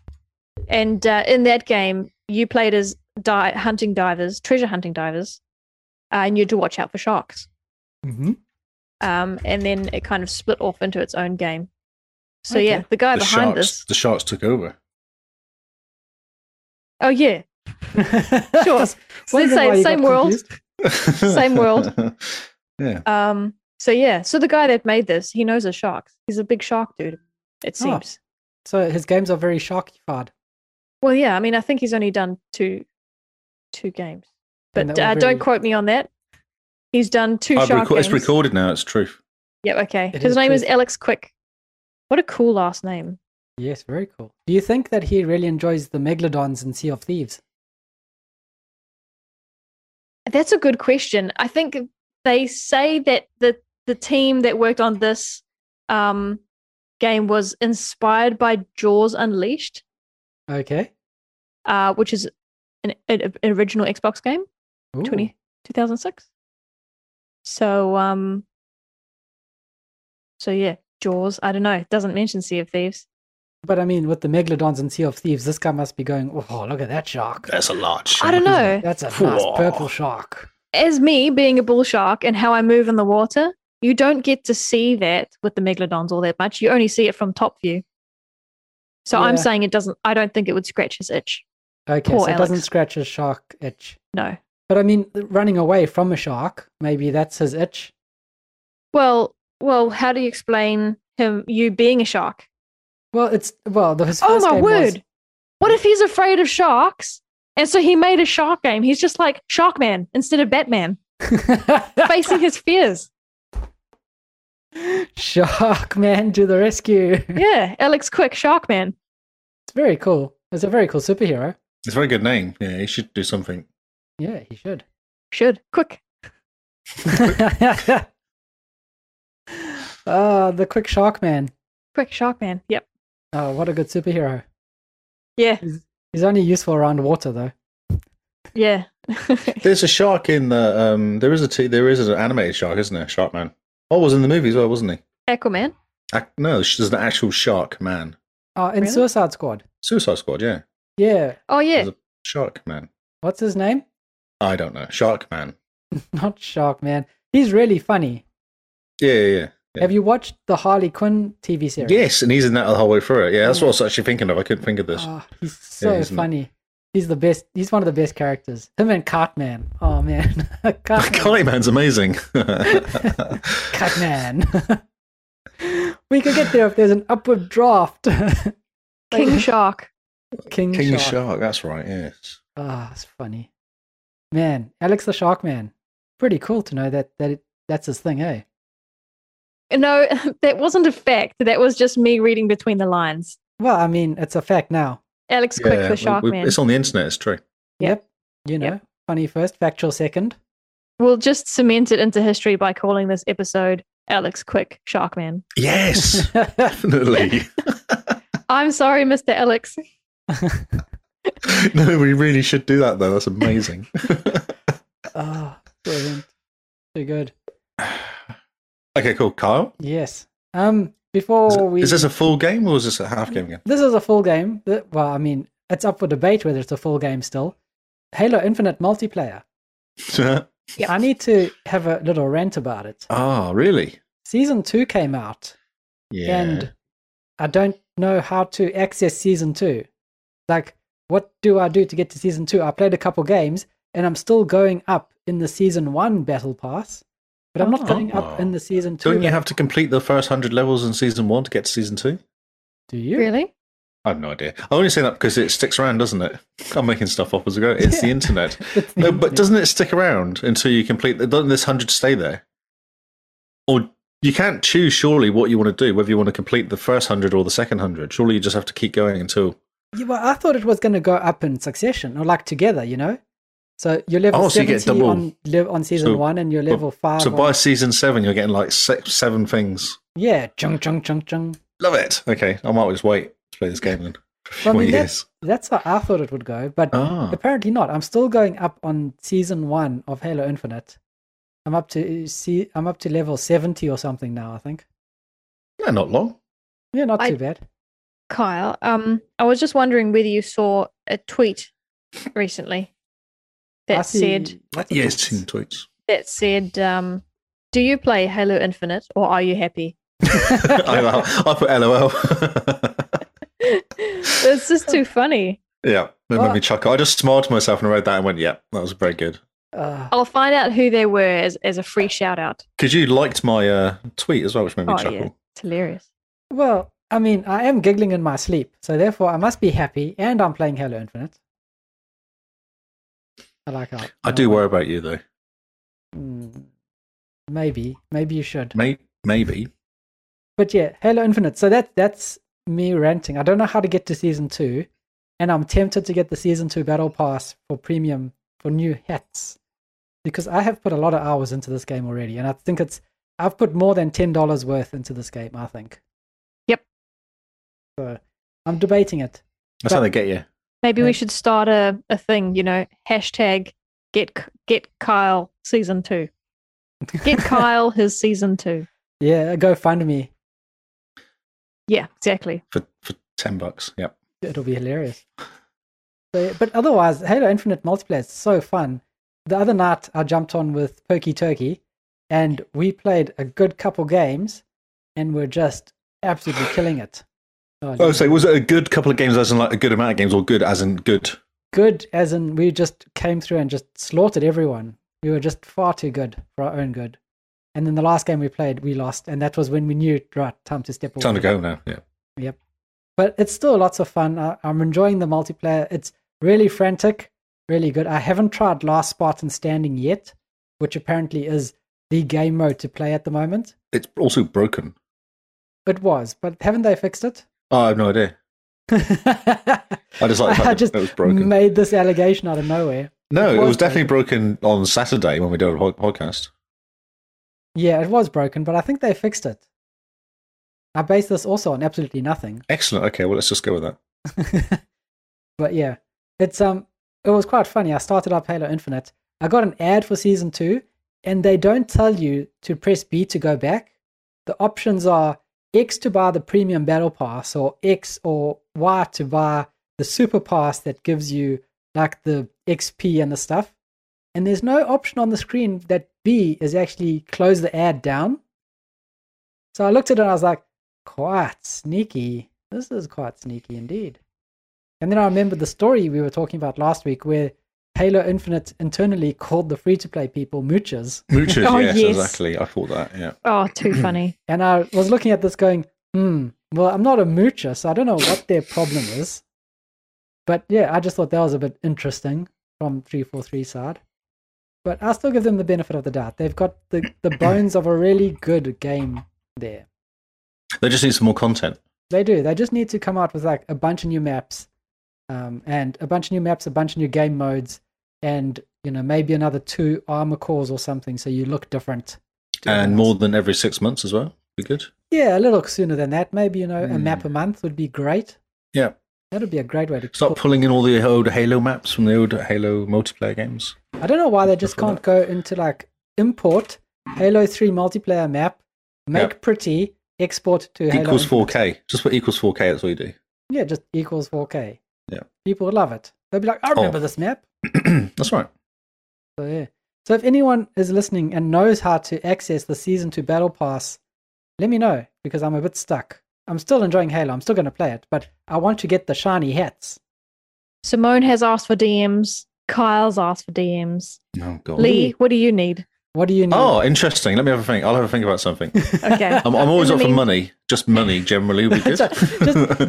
And uh, in that game, you played as di- hunting divers, treasure hunting divers, uh, and you had to watch out for sharks. hmm um, and then it kind of split off into its own game. So Okay. yeah, the guy the behind sharks. this. The sharks took over. Oh yeah, sure. So the same, same world. Same world. yeah. Um, so yeah, so the guy that made this, he knows a shark. He's a big shark dude. It Oh. seems. So his games are very sharkified. Well, yeah. I mean, I think he's only done two, two games, And but they were uh, very- don't quote me on that. He's done 2 I've shark reco- it's games. recorded now. It's truth. Yeah, okay. It His is name is true. Alex Quick. What a cool last name. Yes, very cool. Do you think that he really enjoys the megalodons and Sea of Thieves? That's a good question. I think they say that the the team that worked on this um, game was inspired by Jaws Unleashed, Okay. uh, which is an, an an original Xbox game, Ooh. 20, 2006. So, um, so yeah, Jaws. I don't know. It doesn't mention Sea of Thieves. But I mean, with the megalodons and Sea of Thieves, this guy must be going, oh, look at that shark. That's a large. I don't shark, know. That's a nice purple Whoa. shark. As me being a bull shark and how I move in the water, you don't get to see that with the megalodons all that much. You only see it from top view. So I'm Yeah. saying it doesn't. I don't think it would scratch his itch. Okay, Poor so it doesn't Alex. scratch his shark itch. No. But I mean, th- running away from a shark, maybe that's his itch. Well, well, how do you explain him? You being a shark? Well, it's, well, the, his Oh first my game word! was- What if he's afraid of sharks? And so he made a shark game. He's just like Sharkman instead of Batman, facing his fears. Sharkman to the rescue. Yeah, Alex Quick, Sharkman. It's very cool. It's a very cool superhero. It's a very good name. Yeah, he should do something. Yeah, he should. Should. Quick. Ah, the quick shark man. Quick Sharkman. Yep. Oh, what a good superhero. Yeah. He's only useful around water though. Yeah. There's a shark in the. Um, there is a t- there is an animated shark, isn't there? Sharkman. Oh, was in the movie as well, wasn't he? Aquaman. Ac- no, there's an actual shark man. Oh, in Really? Suicide Squad. Suicide Squad. Yeah, Yeah. Oh yeah. There's a- shark man. What's his name? I don't know. Shark man. Not Shark Man. He's really funny. Yeah, yeah, yeah. Yeah. Have you watched the Harley Quinn TV series? Yes, and he's in that the whole way through it. Yeah, that's what I was actually thinking of. I couldn't think of this. Oh, he's so he's not- funny. He's the best. He's one of the best characters. Him and Cartman. Oh man, Cartman. Carly Man's amazing. Cartman. we could get there if there's an upward draft. King Shark. King, King Shark. Shark. that's right, yes. Ah, it's funny. Man, Alex the Shark Man. Pretty cool to know that that it, that's his thing, eh? No, that wasn't a fact. That was just me reading between the lines. Well, I mean, it's a fact now. Alex Quick Yeah, the we- we- Sharkman. It's on the internet, it's true. Yep. Yep. You know, Yep. funny first, factual second. We'll just cement it into history by calling this episode Alex Quick Sharkman. Yes, definitely. I'm sorry, Mr. Alex. no, we really should do that though. That's amazing. Ah, brilliant. So good. okay, cool. Kyle, Yes. Um, before is, we is this a full game or is this a half game again? This is a full game. Th- Well, I mean, it's up for debate whether it's a full game still. Halo Infinite multiplayer. Yep. I need to have a little rant about it. Ah, really? Season two came out, Yeah. and I don't know how to access season two. Like, what do I do to get to season two? I played a couple games, and I'm still going up in the season one battle pass, but I'm not going up Oh. in the season 2 Don't you have to complete the first hundred levels in season one to get to season two? do you? Really? I have no idea. I only say that because it sticks around, doesn't it? I'm making stuff up as I go. It's the Yeah. internet. No, but doesn't it stick around until you complete? Doesn't this hundred stay there? Or you can't choose surely what you want to do, whether you want to complete the first hundred or the second hundred. Surely you just have to keep going until. Yeah, well, I thought it was going to go up in succession or like together, you know. So you're level Oh, so you seventy get double. on le- on season So- one, and you're so- level five. so on- by season seven, you're getting like six, seven things. yeah, chung chung chung chung. Love it. Okay, I might just wait to play this game then. For a few Well, I more mean, years. that's, that's how I thought it would go, but Ah, apparently not. I'm still going up on season one of Halo Infinite. I'm up to see. I'm up to level seventy or something now. I think. yeah, not long. Yeah, not I- too bad. Kyle, um, I was just wondering whether you saw a tweet recently I that see said lots of Yeah, it's tweets. in tweets. that said, um, do you play Halo Infinite or are you happy? I, I put LOL. it's just too funny. yeah, that made Well- me chuckle. I just smiled to myself and I read that and went, "Yeah, that was very good." Ah, I'll find out who they were as, as a free shout out. Because you liked my uh, tweet as well, which made me Oh, chuckle. yeah. It's hilarious. well, I mean, I am giggling in my sleep, so therefore I must be happy, and I'm playing Halo Infinite. I like how I do worry about you though. Mm, maybe, maybe you should. May- maybe. But yeah, Halo Infinite. So that that's me ranting. I don't know how to get to season two, and I'm tempted to get the season two battle pass for premium for new hats because I have put a lot of hours into this game already, and I think it's I've put more than ten dollars worth into this game. I think. Yep. So I'm debating it. That's how they get you. Maybe Yeah. we should start a, a thing, you know, hashtag get K- get Kyle season two. Get Kyle his season two. Yeah, go find me. Yeah, exactly. for for ten bucks. Yep. It'll be hilarious. So, yeah, but otherwise, Halo Infinite multiplayer is so fun. The other night, I jumped on with Perky Turkey, and we played a good couple games, and we're just absolutely killing it. Oh, Oh, so was it a good couple of games, as in like a good amount of games, or good as in good? good as in we just came through and just slaughtered everyone. We were just far too good for our own good. And then the last game we played, we lost, and that was when we knew right time to step away. Time to go now. Yeah. Yep. But it's still lots of fun. I, I'm enjoying the multiplayer. It's really frantic, really good. I haven't tried Last Spartan Standing yet, which apparently is the game mode to play at the moment. It's also broken. It was, but haven't they fixed it? Oh, I have no idea. I just like the fact I that just it was broken. made this allegation out of nowhere. no, it it was, was definitely broken on Saturday when we did a po- podcast. Yeah, it was broken, but I think they fixed it. I based this also on absolutely nothing. Excellent. Okay, well, let's just go with that. but yeah, it's um, it was quite funny. I started up Halo Infinite. I got an ad for season two, and they don't tell you to press B to go back. The options are X to buy the premium battle pass, or X or Y to buy the super pass that gives you like the XP and the stuff. And there's no option on the screen that B is actually close the ad down. So I looked at it and I was like, quite sneaky. This is quite sneaky indeed. And then I remembered the story we were talking about last week where Halo Infinite internally called the free to play people moochers. Moochers, Oh, yes, yes. exactly. I thought that, yeah. Oh, too funny. And I was looking at this going, hmm, well, I'm not a moocher, so I don't know what their problem is. But yeah, I just thought that was a bit interesting from 343 side. But I'll still give them the benefit of the doubt. They've got the, the bones of a really good game there. They just need some more content. They do. They just need to come out with like a bunch of new maps, um, and a bunch of new maps, a bunch of new game modes, and you know maybe another two armor cores or something, so you look different. to And everyone more else. than every six months as well. Be good. Yeah, a little sooner than that. Maybe you know a map Hmm. a month would be great. Yeah. That would be a great way to. Stop put- pulling in all the old Halo maps from the old Halo multiplayer games. I don't know why they just Prefer can't go into like import Halo Three multiplayer map, make pretty, export to Halo equals Infinite. 4K. Just put equals 4K. That's all you do. Yeah, just equals 4K. Yeah. Oh. People would love it. They'd be like, I remember this map. that's right. So yeah. So if anyone is listening and knows how to access the season two battle pass, let me know because I'm a bit stuck. I'm still enjoying Halo. I'm still going to play it, but I want to get the shiny hats. Simone has asked for DMs. Kyle's asked for DMs. Oh god. Lee, what do you need? What do you need? Oh, interesting. Let me have a think. I'll have a think about something. Okay. I'm, I'm always In up the for mean- money. Just money generally would be good. just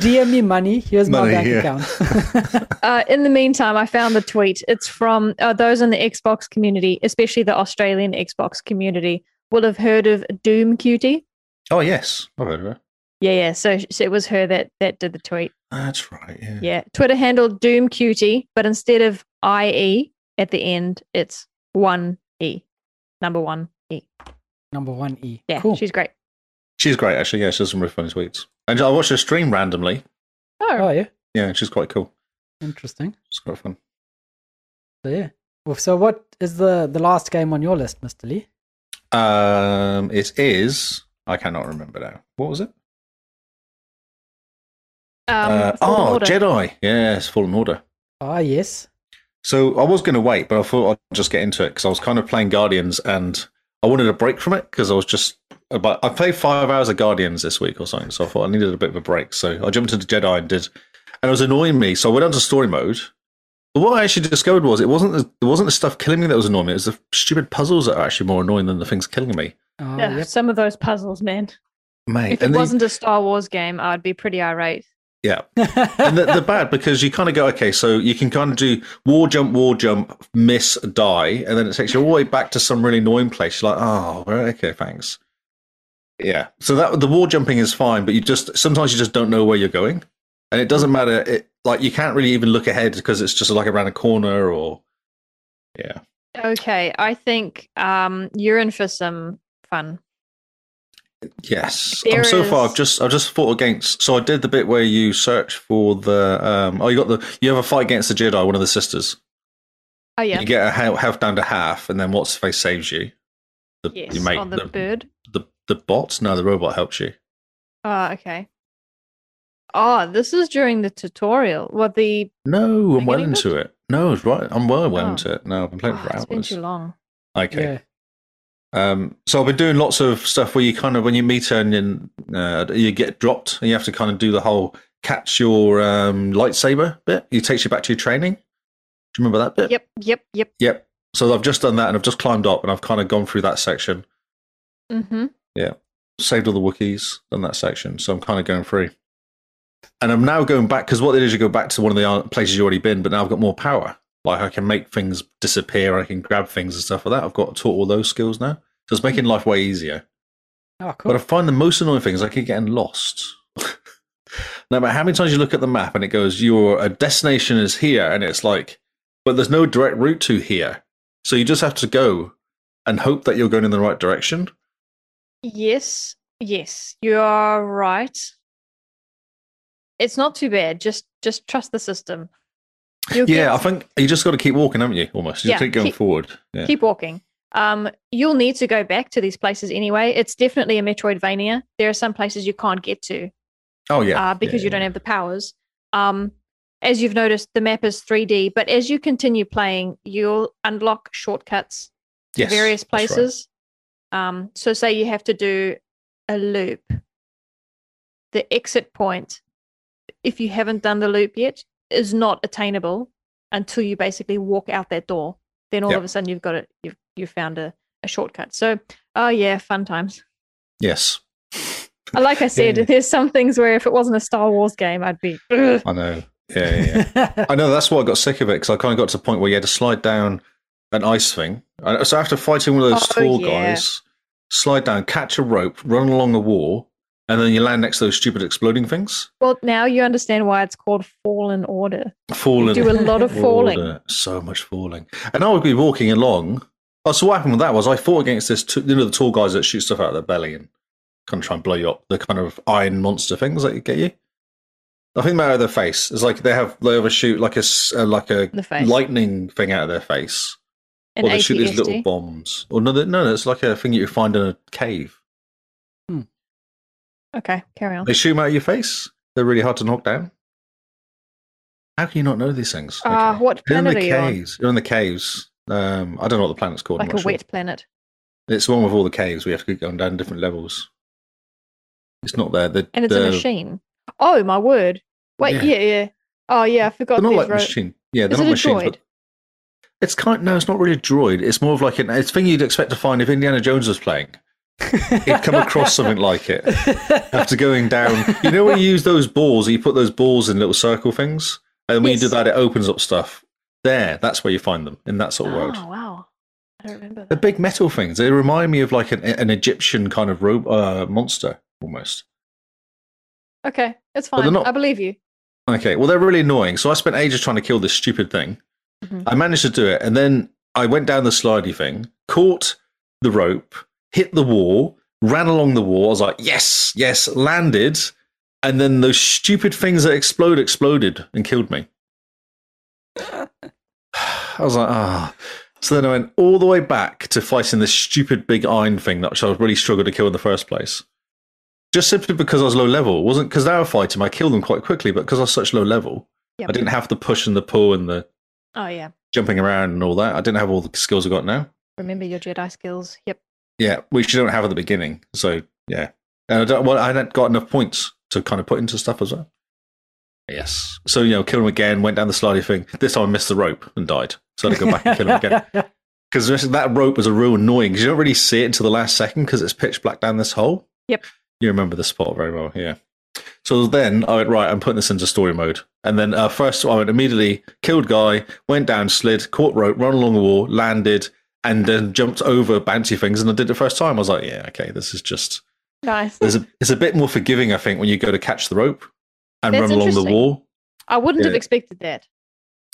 DM me money. Here's Money, my bank yeah. account. Uh, in the meantime, I found the tweet. It's from uh, those in the Xbox community, especially the Australian Xbox community, will have heard of Doom Cutie. oh yes, I've heard of it. Yeah, yeah. So, so it was her that that did the tweet. That's right. Yeah. Yeah. Twitter handle Doom Cutie, but instead of IE at the end, it's one E, number one E. Number one E. Yeah, cool. she's great. She's great actually. Yeah, she does some really funny tweets. And I watched her stream randomly. Oh, Oh yeah, Yeah, she's quite cool. interesting. It's quite fun. So yeah. Well, so what is the the last game on your list, Mister Lee? Um, it is. I cannot remember now. What was it? um, uh, Fallen oh, Order. Jedi. Yes, Fallen Order. Ah yes. So I was going to wait, but I thought I'd just get into it because I was kind of playing Guardians and I wanted a break from it because I was just about. I played five hours of Guardians this week or something, so I thought I needed a bit of a break. So I jumped into Jedi and did, and it was annoying me. So I went on to story mode. But what I actually discovered was it wasn't the, it wasn't the stuff killing me that was annoying me. It was the stupid puzzles that are actually more annoying than the things killing me, Oh, Ugh, yep. uh, Some of those puzzles, man. mate. If it and the- wasn't a Star Wars game, I'd be pretty irate. yeah, and they're, they're bad because you kind of go, okay, so you can kind of do war jump, war jump, miss, die, and then it takes you all the way back to some really annoying place. You're like, oh, well, okay, thanks. Yeah. So that the war jumping is fine, but you just sometimes you just don't know where you're going, and it doesn't matter. It like you can't really even look ahead because it's just like around a corner or yeah. Okay, I think um, you're in for some fun. Yes. There I'm so far is- I've just I've just fought against so I did the bit where you search for the um oh you got the you have a fight against the Jedi, one of the sisters. Oh yeah, You get a he- health down to half, and then what's the face saves you? The, yes, you make on the, bird. the the bot? No, the robot helps you. Oh, okay. Oh, this is during the tutorial. Well, the No, I'm well Beginning into it. No, it's right. I'm well, well Oh. into it. No, I've been playing oh, for it's been hours. too long. Okay. Yeah. Um, so I've been doing lots of stuff where you kind of when you meet her and then, uh, you get dropped, and you have to kind of do the whole catch your um, lightsaber bit. It takes you back to your training. Do you remember that bit? Yep, yep, yep. Yep. So I've just done that, and I've just climbed up, and I've kind of gone through that section, Mm-hmm. saved all the Wookiees in that section, so I'm kind of going through. And I'm now going back because what they did is you go back to one of the ar- places you've already been, but now I've got more power. Like I can make things disappear, I can grab things and stuff like that. I've got taught all those skills now. So it's making life way easier. Oh, cool. But I find the most annoying thing is I keep getting lost. no matter how many times you look at the map and it goes, your uh, destination is here, and it's like, but there's no direct route to here. So you just have to go and hope that you're going in the right direction. Yes, yes, you are right. It's not too bad. Just just trust the system. You'll yeah, get- I think you just got to keep walking, haven't you? Almost, you just Yeah, keep going keep- forward. Yeah. keep walking. Um, you'll need to go back to these places anyway. It's definitely a Metroidvania. There are some places you can't get to oh yeah, uh, because yeah, you don't have the powers. Um, as you've noticed, the map is 3D, but as you continue playing, you'll unlock shortcuts to Yes, various that's right. places. Um, so, say you have to do a loop, the exit point, if you haven't done the loop yet, is not attainable until you basically walk out that door. Then all Yep. of a sudden, you've got it. You've you've found a, a shortcut. So, oh yeah, fun times. Yes, Uh, Like I said, yeah. there's some things where if it wasn't a Star Wars game, I'd be. "Ugh." I know. Yeah, yeah. yeah. I know that's why I got sick of it because I kind of got to the point where you had to slide down an ice thing. And So after fighting one of those Oh, tall yeah. guys, slide down, catch a rope, run along a wall, and then you land next to those stupid exploding things. Well, now you understand why it's called Fallen Order. Falling, You do a lot of falling. Order. so much falling, and I would be walking along. Oh, so what happened with that was I fought against this, t- you know, the tall guys that shoot stuff out of their belly and kind of try and blow you up. The kind of iron monster things that get you. I think out of their face. It's like they have they overshoot like a s- uh, like a in The face. lightning thing out of their face. an or they shoot these little ATSD. bombs. Or no, they- no, no, it's like a thing you find in a cave. Okay, carry on. They shoot 'em out of your face. They're really hard to knock down. How can you not know these things? Ah, Okay. what You're in the planet are you on? caves. You're in the caves. Um, I don't know what the planet's called. I'm Like a not sure. wet planet. It's the one with all the caves. We have to keep going down different levels. It's not there. The, And it's the- a machine. Oh my word! Wait, Yeah. yeah, yeah. Oh yeah, I forgot. They're not these like ro- machine. Yeah, they're Is not it a machines. but- droid? It's kind. No, it's not really a droid. It's more of like an. It's a thing you'd expect to find if Indiana Jones was playing. He'd come across something like it. after going down. You know when you use those balls, you put those balls in little circle things, and when you Yes. do that, it opens up stuff. There, that's where you find them in that sort of world. Oh wow, I don't remember. The That. big metal things. They remind me of like an, an Egyptian kind of robe, uh, monster almost. Okay, it's But they're fine. not- I believe you. Okay, well they're really annoying. So I spent ages trying to kill this stupid thing. Mhm. I managed to do it, and then I went down the slidey thing, caught the rope, hit the wall, ran along the wall. I was like, yes, yes, landed, and then those stupid things that explode exploded and killed me. I was like, ah. So then I went all the way back to fighting this stupid big iron thing that which I really struggled to kill in the first place. Just simply because I was low level. It wasn't because they were fighting, I killed them quite quickly, but because I was such low level, Yep. I didn't have the push and the pull and the Oh yeah, jumping around and all that. I didn't have all the skills I got now. remember your Jedi skills. Yep. Yeah, which you don't have at the beginning. So yeah, and I don't. Well, I hadn't got enough points to kind of put into stuff as well. Yes. So you know, kill him again. Went down the slidey thing. This time I missed the rope and died. So I had to go back and kill him again because that rope was a real annoying. Because you don't really see it until the last second because it's pitch black down this hole. Yep. You remember the spot very well. Yeah. So then I went right. I'm putting this into story mode. And then uh, first I went immediately killed guy, went down, slid, caught rope, run along the wall, landed, and then jumped over bouncy things. And I did it the first time. I was like, yeah, okay, this is just Nice. there's a it's a bit more forgiving, I think, when you go to catch the rope and That's run along the interesting. wall. I wouldn't have Yeah. expected that.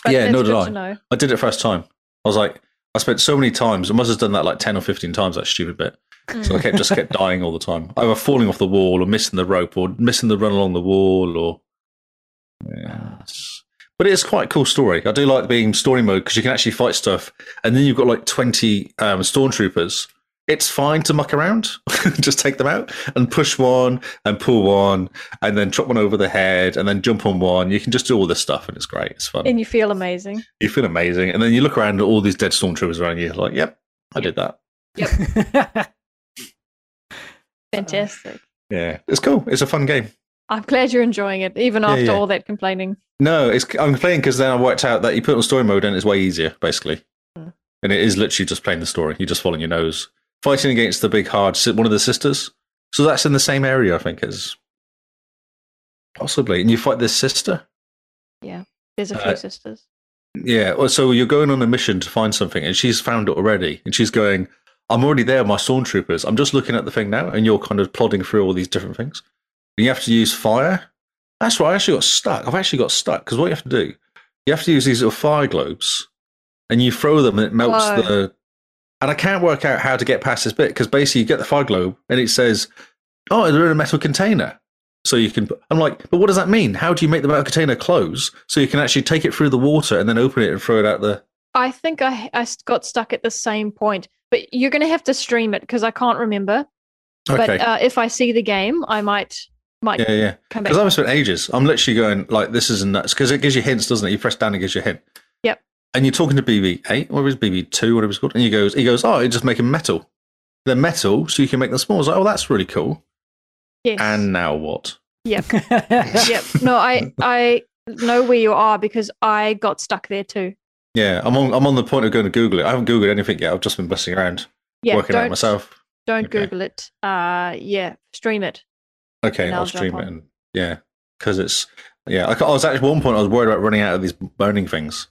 But Yeah, that's nor did good I. To know. I did it first time. I was like, I spent so many times. I must have done that like ten or fifteen times. That stupid bit. So I kept just kept dying all the time, either falling off the wall or missing the rope or missing the run along the wall or. Yes. But it's quite a cool story. I do like being story mode because you can actually fight stuff, and then you've got like twenty um, stormtroopers. It's fine to muck around, just take them out and push one and pull one, and then chop one over the head, and then jump on one. You can just do all this stuff, and it's great. It's fun And you feel amazing. you feel amazing, and then you look around at all these dead stormtroopers around you, like, yep, I did that. Fantastic. Yeah, it's cool. It's a fun game. I'm glad you're enjoying it, even Yeah, after yeah. all that complaining. No, it's I'm playing because then I worked out that you put it on story mode and it's way easier, basically. Hmm. And it is literally just playing the story. You're just following your nose, fighting against the big hard si- one of the sisters. So that's in the same area, I think, as possibly. And you fight this sister. There's a few Uh, sisters. Yeah. well, So you're going on a mission to find something, and she's found it already, and she's going. I'm already there with my stormtroopers. I'm just looking at the thing now, and you're kind of plodding through all these different things. And you have to use fire. That's right. I actually got stuck. I've actually got stuck because what you have to do, you have to use these little fire globes, and you throw them, and it melts Whoa. the. And I can't work out how to get past this bit because basically you get the fire globe, and it says, "Oh, they're in a metal container." So you can. I'm like, but what does that mean? How do you make the metal container close so you can actually take it through the water and then open it and throw it out the? I think I, I s- got stuck at the same point, but you're going to have to stream it because I can't remember. Okay. But uh, if I see the game, I might might yeah, yeah. come back. Because I've spent ages. I'm literally going like this is nuts because it gives you hints, doesn't it? You press down, it gives you a hint. Yep. And you're talking to BB eight, or is BB two, whatever it's called, and he goes, he goes, oh, you're just making metal. They're metal, so you can make them small. I was like, oh, that's really cool. Yes. And now what? yep. No, I I know where you are because I got stuck there too. Yeah, I'm on. I'm on the point of going to Google it. I haven't googled anything yet. I've just been messing around, Yeah. working don't out myself. don't Okay. Google it. Uh, yeah. Stream it. Okay, And I'll I'll jump stream on. it. And, yeah, because it's yeah. I, ca- I was actually at one point I was worried about running out of these burning things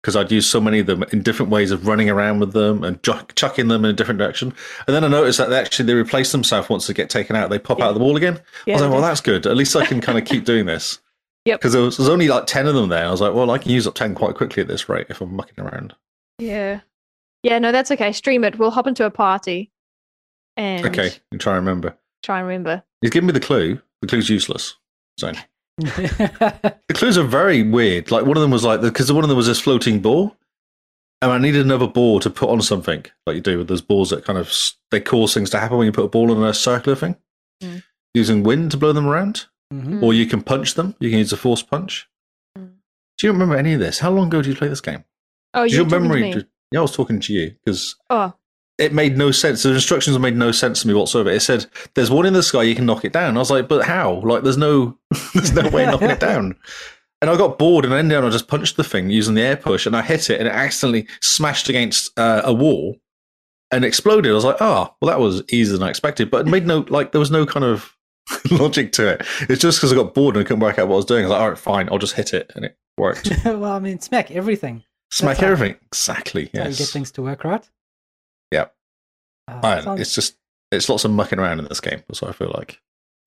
because I'd used so many of them in different ways of running around with them and ju- chucking them in a different direction. And then I noticed that they actually they replace themselves once they get taken out. They pop out of the wall again. I was like, well, that's good. At least I can kind of keep doing this. Yep. Because there was, there's only like ten of them there. And I was like, well, I can use up ten quite quickly at this rate if I'm mucking around. yeah. Yeah. No, that's okay. Stream it. We'll hop into a party, and Okay, and try and remember. try and remember. He's given me the clue. The clue's useless. So. The clues are very weird. Like one of them was like because one of them was this floating ball, and I needed another ball to put on something, like you do with those balls that kind of s- they cause things to happen when you put a ball on a circular thing, Mm. using wind to blow them around, Mhm. or you can punch them. You can use a force punch. Mm. Do you remember any of this? How long ago did you play this game? Oh, Is you your talking to memory? me? ju- yeah, I was talking to you because Oh, it made no sense. The instructions made no sense to me whatsoever. It said, "There's one in the sky. You can knock it down." I was like, "But how? Like, there's no, there's no way of knocking it down." And I got bored, and then I just punched the thing using the air push, and I hit it, and it accidentally smashed against uh, a wall and exploded. I was like, "Ah, well, that was easier than I expected," but it made no like there was no kind of logic to it. It's just because I got bored and couldn't work out what I was doing. I was like, "All right, fine, I'll just hit it," and it worked. well, I mean, smack everything. Smack how- everything exactly. That's how you Yes. get things to work, right? Yep. Uh, I don't know, sounds- it's just it's lots of mucking around in this game. That's what I feel like.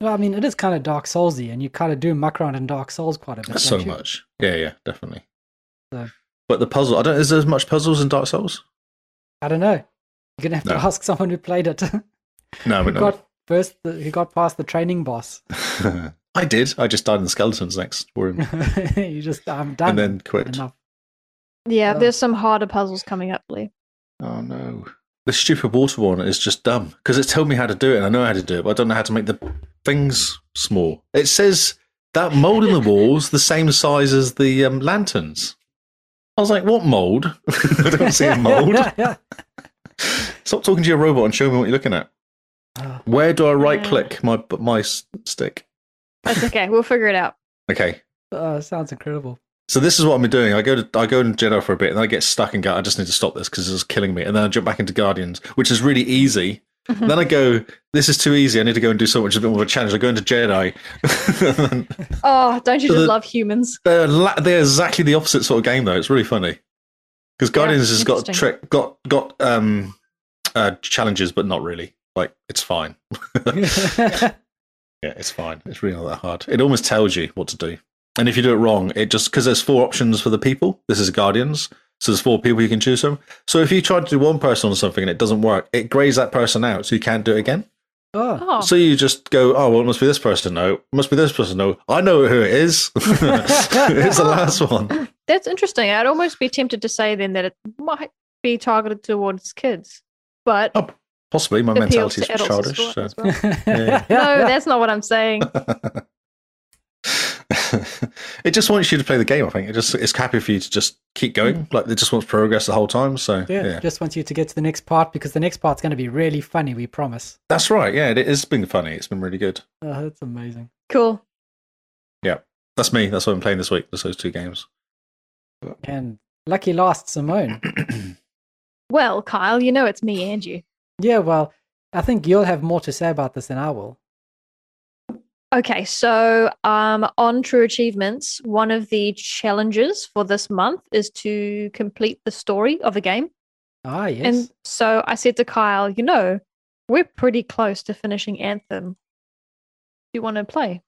well, I mean, it is kind of Dark Soulsy, and you kind of do muck around in Dark Souls quite a bit. so don't you? much. Yeah, yeah, definitely. So- But the puzzle, I don't. Is there as much puzzles in Dark Souls? I don't know. You're gonna have to No. ask someone who played it. No, who but no. got first? The, who got past the training boss? I did. I just died in the skeletons next room, you just, I'm done. and then quit. enough. yeah. Oh. There's some harder puzzles coming up, Lee. Oh no! The stupid water one is just dumb because it's told me how to do it, and I know how to do it, but I don't know how to make the things small. It says that mold in the walls the same size as the um, lanterns. I was like, "What mold? I don't see a mold." Stop talking to your robot and show me what you're looking at. Ah. Where do I right Yeah. click my my s- stick? That's okay. we'll figure it out. Okay. Oh, sounds incredible. So this is what I'm doing. I go to I go in Jedi for a bit, and I get stuck and go. I just need to stop this because it's killing me. And then I jump back into Guardians, which is really easy. Mm-hmm. And then I go, this is too easy. I need to go and do something which is a bit more of a challenge. I go into Jedi. And then- Oh, don't you So just the- love humans? they're la- they're exactly the opposite sort of game though. It's really funny because Guardians has got interesting. trick got got um uh challenges, but not really. Like it's fine. Yeah, it's fine. It's really not that hard. It almost tells you what to do. And if you do it wrong, it just because there's four options for the people. This is Guardians. So there's four people you can choose from. So if you try to do one person on something and it doesn't work, it grays that person out so you can't do it again. oh, Oh, So you just go, oh, well, it must be this person. No, it must be this person. No, I know who it is. it's the last one. that's interesting. I'd almost be tempted to say then that it might be targeted towards kids, but Oh, Possibly my it appeals mentality is to adults childish. as well- so- as well. No, that's not what I'm saying. it just wants you to play the game. I think it just it's happy for you to just keep going. Mm. Like it just wants progress the whole time. So yeah, yeah, Just wants you to get to the next part because the next part's going to be really funny. We promise. that's right. Yeah, it has been funny. It's been really good. Oh, that's amazing. Cool. That's me. That's what I'm playing this week. Just those two games. And lucky last, Simone. Well, Kyle, you know it's me and you. yeah, well, I think you'll have more to say about this than I will. Okay, so um, on True Achievements, one of the challenges for this month is to complete the story of a game. Ah, yes. And so I said to Kyle, you know, we're pretty close to finishing Anthem. Do you want to play?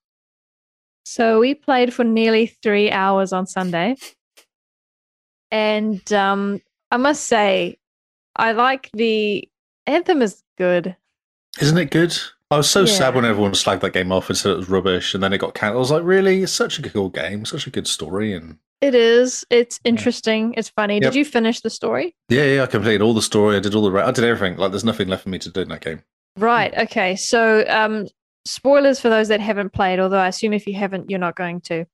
So we played for nearly three hours on Sunday. And um, I must say, I like the Anthem is good. Isn't it good? I was so Yeah. sad when everyone slagged that game off and said it was rubbish, and then it got cancelled. I was like, really? It's such a cool game, such a good story, and It is. It's interesting. It's funny. Yep. Did you finish the story? yeah, yeah. I completed all the story. I did all the. Ra- I did everything. Like, there's nothing left for me to do in that game. Right. Okay. So, um, spoilers for those that haven't played, although I assume if you haven't, you're not going to.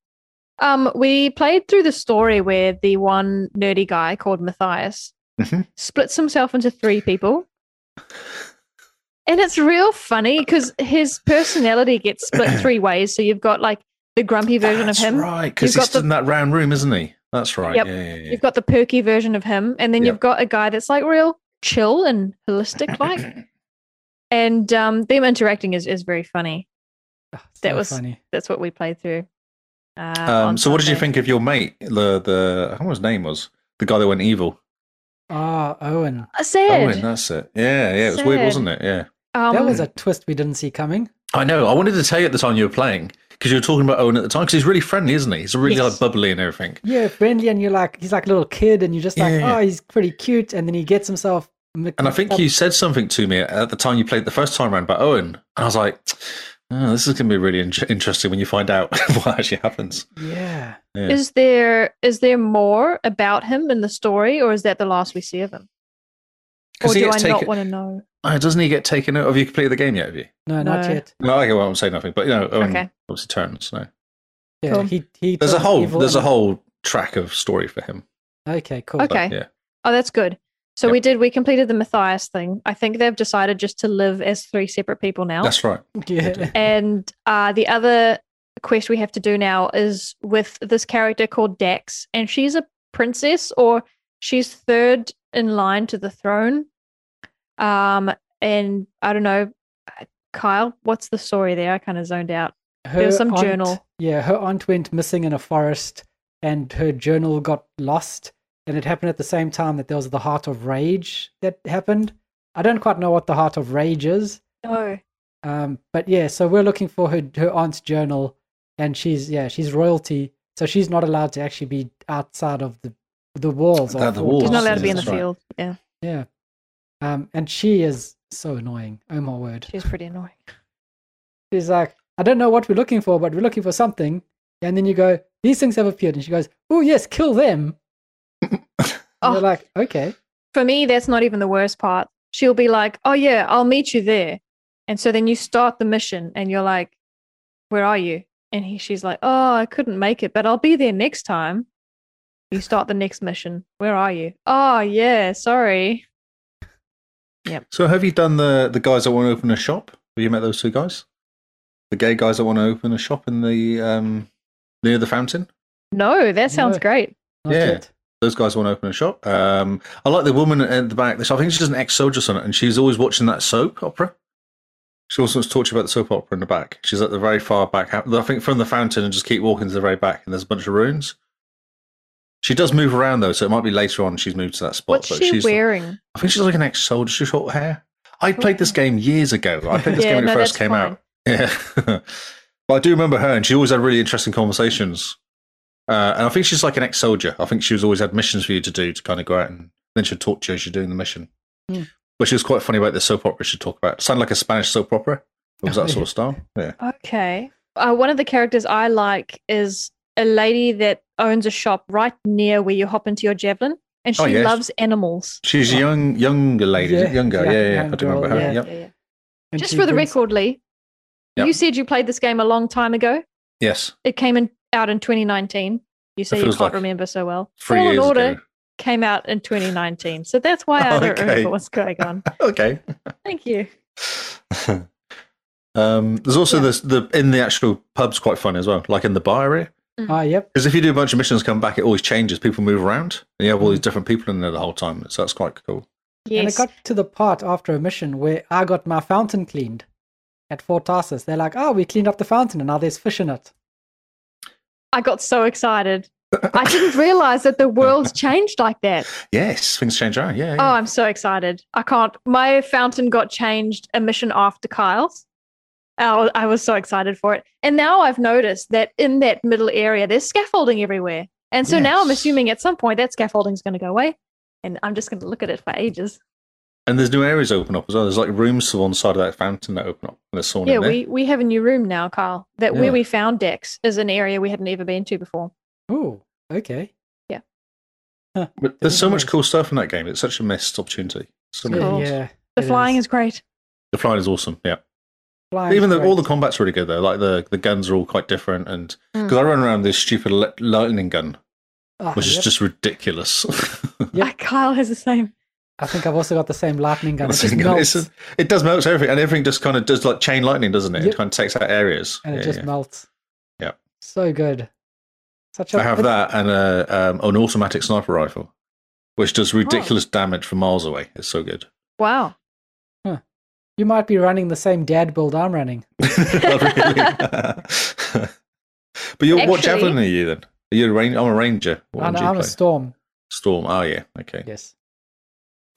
Um, we played through the story where the one nerdy guy called Matthias Mhm. splits himself into three people. And it's real funny because his personality gets split three ways. So you've got like the grumpy version That's of him, right? Because You've got he's the- in that round room, isn't he? That's right. Yep. Yeah, yeah, yeah. you've got the perky version of him, and then you've Yep. got a guy that's like real chill and holistic like. and um, them interacting is, is very funny. Ah, it's that so was- funny. that's what we played through. Uh, Um, on so, what did you Sunday. think of your mate? The the I don't know what his name was the guy that went evil. Ah, Owen. Uh, Sad. Owen, that's it. Yeah, yeah. It was weird, Sad. wasn't it? Yeah. um, that was a twist we didn't see coming. I know. I wanted to tell you at the time you were playing because you were talking about Owen at the time because he's really friendly, isn't he? He's really Yes. like bubbly and everything. Yeah, friendly, and you're like, he's like a little kid, and you're just like, Yeah. oh, he's pretty cute, and then he gets himself. And I think you said something to me at the time you played the first time round about Owen, and I was like, oh, "This is going to be really in- interesting when you find out what actually happens." Yeah. Yeah. is there is there more about him in the story, or is that the last we see of him? Or 'Cause he do I gets not taken- want to know? Oh, doesn't he get taken out? Have you completed the game yet? Have you? No, not No. yet. No, okay, well, I won't say nothing, but you know, Owen Okay. obviously turns. No, Yeah, Cool. he, he there's a turns whole evil there's a and- whole track of story for him. Okay, cool. Okay. yeah, Oh, that's good. So Yep. we did. We completed the Matthias thing. I think they've decided just to live as three separate people now. that's right. Yeah. And uh, the other quest we have to do now is with this character called Dax, and she's a princess, or she's third in line to the throne. Um, and I don't know, Kyle, what's the story there? I kind of zoned out. Her was some aunt- journal. Yeah, her aunt went missing in a forest, and her journal got lost. And it happened at the same time that there was the Heart of Rage that happened. I don't quite know what the Heart of Rage is, No. um, but yeah. So we're looking for her her aunt's journal, and she's yeah she's royalty, so she's not allowed to actually be outside of the the walls. or Out the fortress. She's not allowed to be in the That's right. field. Yeah, Yeah, um, and she is so annoying. Oh my word. she's pretty annoying. She's like, I don't know what we're looking for, but we're looking for something. And then you go, these things have appeared. And she goes, oh, yes, kill them. And Oh. You're like, okay. For me, that's not even the worst part. She'll be like, "Oh yeah, I'll meet you there," and so then you start the mission, and you're like, "Where are you?" And he, she's like, "Oh, I couldn't make it, but I'll be there next time." You start the next mission. Where are you? Oh yeah, sorry. So, have you done the the guys that want to open a shop? Have you met those two guys? The gay guys that want to open a shop in the um near the fountain. No, that sounds No. great. Not Yeah. yet. Those guys want to open a shop. Um, I like the woman at the back. I think she's an ex-soldier or something, and she's always watching that soap opera. She also wants to talk to you about the soap opera in the back. She's at the very far back. I think from the fountain and just keep walking to the very back, and there's a bunch of ruins. She does move around though, so it might be later on she's moved to that spot. What's she she's, wearing? I think she's like an ex-soldier. She's short hair. I played this game years ago. I played this Yeah, game when no, it first that's came fine. out. Yeah. but I do remember her, and she always had really interesting conversations. Uh, and I think she's like an ex-soldier. I think she was always had missions for you to do to kind of go out and then she'd talk to you as you're doing the mission. Hmm. But she was quite funny about the soap opera she talked about. It sounded like a Spanish soap opera. It was Oh, that yeah. sort of style. Yeah. Okay. Uh, one of the characters I like is a lady that owns a shop right near where you hop into your javelin, and she Oh, yes. loves animals. She's a Oh. young, younger lady. Yeah, Yeah, younger. yeah, Yeah, yeah. young I do remember girl, her. yeah. Yep. And Just she for the brings- record, Lee, Yep. you said you played this game a long time ago. Yes. It came in, out in 2019. You say you feels like can't remember so well. Three Fallen years Order ago. came out in 2019, so that's why I don't Okay. remember what's going on. Okay. Thank you. um, there's also Yeah. this the in the actual pub's quite fun as well, like in the bar area. Ah, yep. Because if you do a bunch of missions, come back, it always changes. People move around, and you have Mm. all these different people in there the whole time. So that's quite cool. And Yes, it got to the part after a mission where I got my fountain cleaned at Fort "Ah, Tarsus. They're like, oh, we cleaned up the fountain and now there's fish in it. I got so excited. I didn't realize that the world's changed like that. Yes, things change around. Yeah. Oh, yeah. I'm so excited. I can't. My fountain got changed a mission after Kyle's. Oh, I was so excited for it. And now I've noticed that in that middle area, there's scaffolding everywhere. And so now I'm Yes. assuming at some point that scaffolding's going to go away. And I'm just going to look at it for ages. And there's new areas open up as well. There's like rooms to one side of that fountain that open up. And there's someone yeah, in there. we, we have a new room now, Kyle. That Yeah. where we found Dex is an area we hadn't ever been to before. Oh, okay. But there's so much Nice. cool stuff in that game. It's such a missed opportunity. So many Cool. things. Yeah. The It flying is. is great. The flying is awesome. Yeah. Flying Even though all the great. combat's really good though. Like the, the guns are all quite different. And Mm. because I run around with this stupid le- lightning gun, Ah, Uh, which is yep. just ridiculous. Yep. Ah, Kyle has the same. I think I've also got the same lightning gun. It just Lightning gun. It's melts, a- it does melt everything, and everything just kind of does like chain lightning, doesn't it? Yep. It kind of takes out areas. and it Yeah, just yeah. melts. Yep. So good. Such a I have it- that and a, um, an automatic sniper rifle, which Oh. does ridiculous damage from miles away. It's so good. Wow. You might be running the same dad build I'm running. Really. but you're, what Actually- javelin are you then? Are you a ranger? I'm a ranger. What I'm, one do you I'm a play? storm. Storm. Oh yeah. Okay. Yes.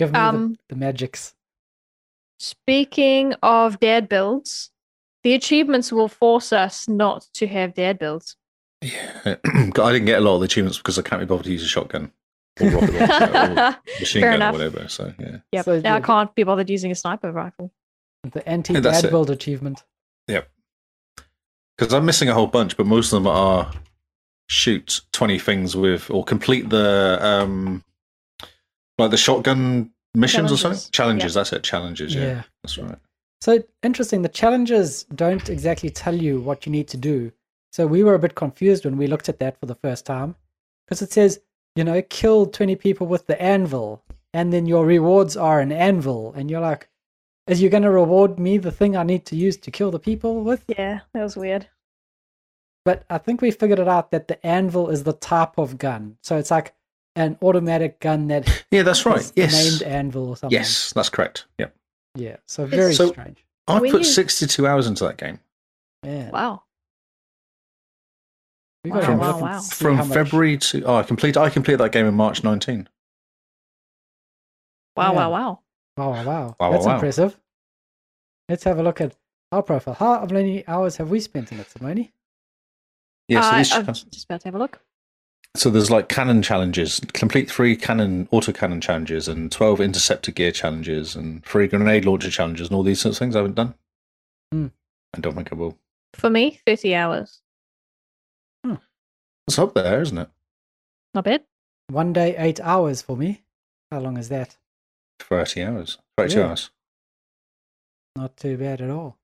Give me Um, the, the magics. Speaking of dad builds, the achievements will force us not to have dad builds. Yeah. I didn't get a lot of the achievements because I can't be bothered to use a shotgun or rocket launcher Yep. or machine Fair gun enough. or whatever. So yeah. So now I the- can't be bothered using a sniper rifle. The anti that's dad it. build achievement. because I'm missing a whole bunch, but most of them are shoot twenty things with or complete the um like the shotgun missions or Challenges. something challenges. That's it, challenges. Yeah, yeah. that's right. So interesting. The challenges don't exactly tell you what you need to do. So we were a bit confused when we looked at that for the first time because it says, you know, kill 20 people with the anvil, and then your rewards are an anvil. And you're like, is you going to reward me the thing I need to use to kill the people with? Yeah, that was weird. But I think we figured it out that the anvil is the type of gun. So it's like an automatic gun that Yeah, that's right. is Yes, named anvil or something. yes, that's correct. Yeah, Yeah. So very So- strange. I When put you- sixty-two hours into that game Yeah. Wow. We gotta Wow, have a wow, look and wow. see how much- from February to. Oh, I complete. I completed that game in March nineteen. Wow, Yeah. wow, wow. Wow, wow, wow. Wow, That's wow, wow. impressive. Let's have a look at our profile. How many hours have we spent in it, Simone? Yeah, so, Uh, these I'm challenge- just about to have a look. so there's like cannon challenges, complete three cannon auto cannon challenges, and twelve interceptor gear challenges, and three grenade launcher challenges, and all these sorts of things I haven't done. Hmm. I don't think I will. For me, 30 hours. It's up there, isn't it? Not bad. One day, eight hours for me. How long is that? 30 hours. 32 Yeah. hours. Not too bad at all.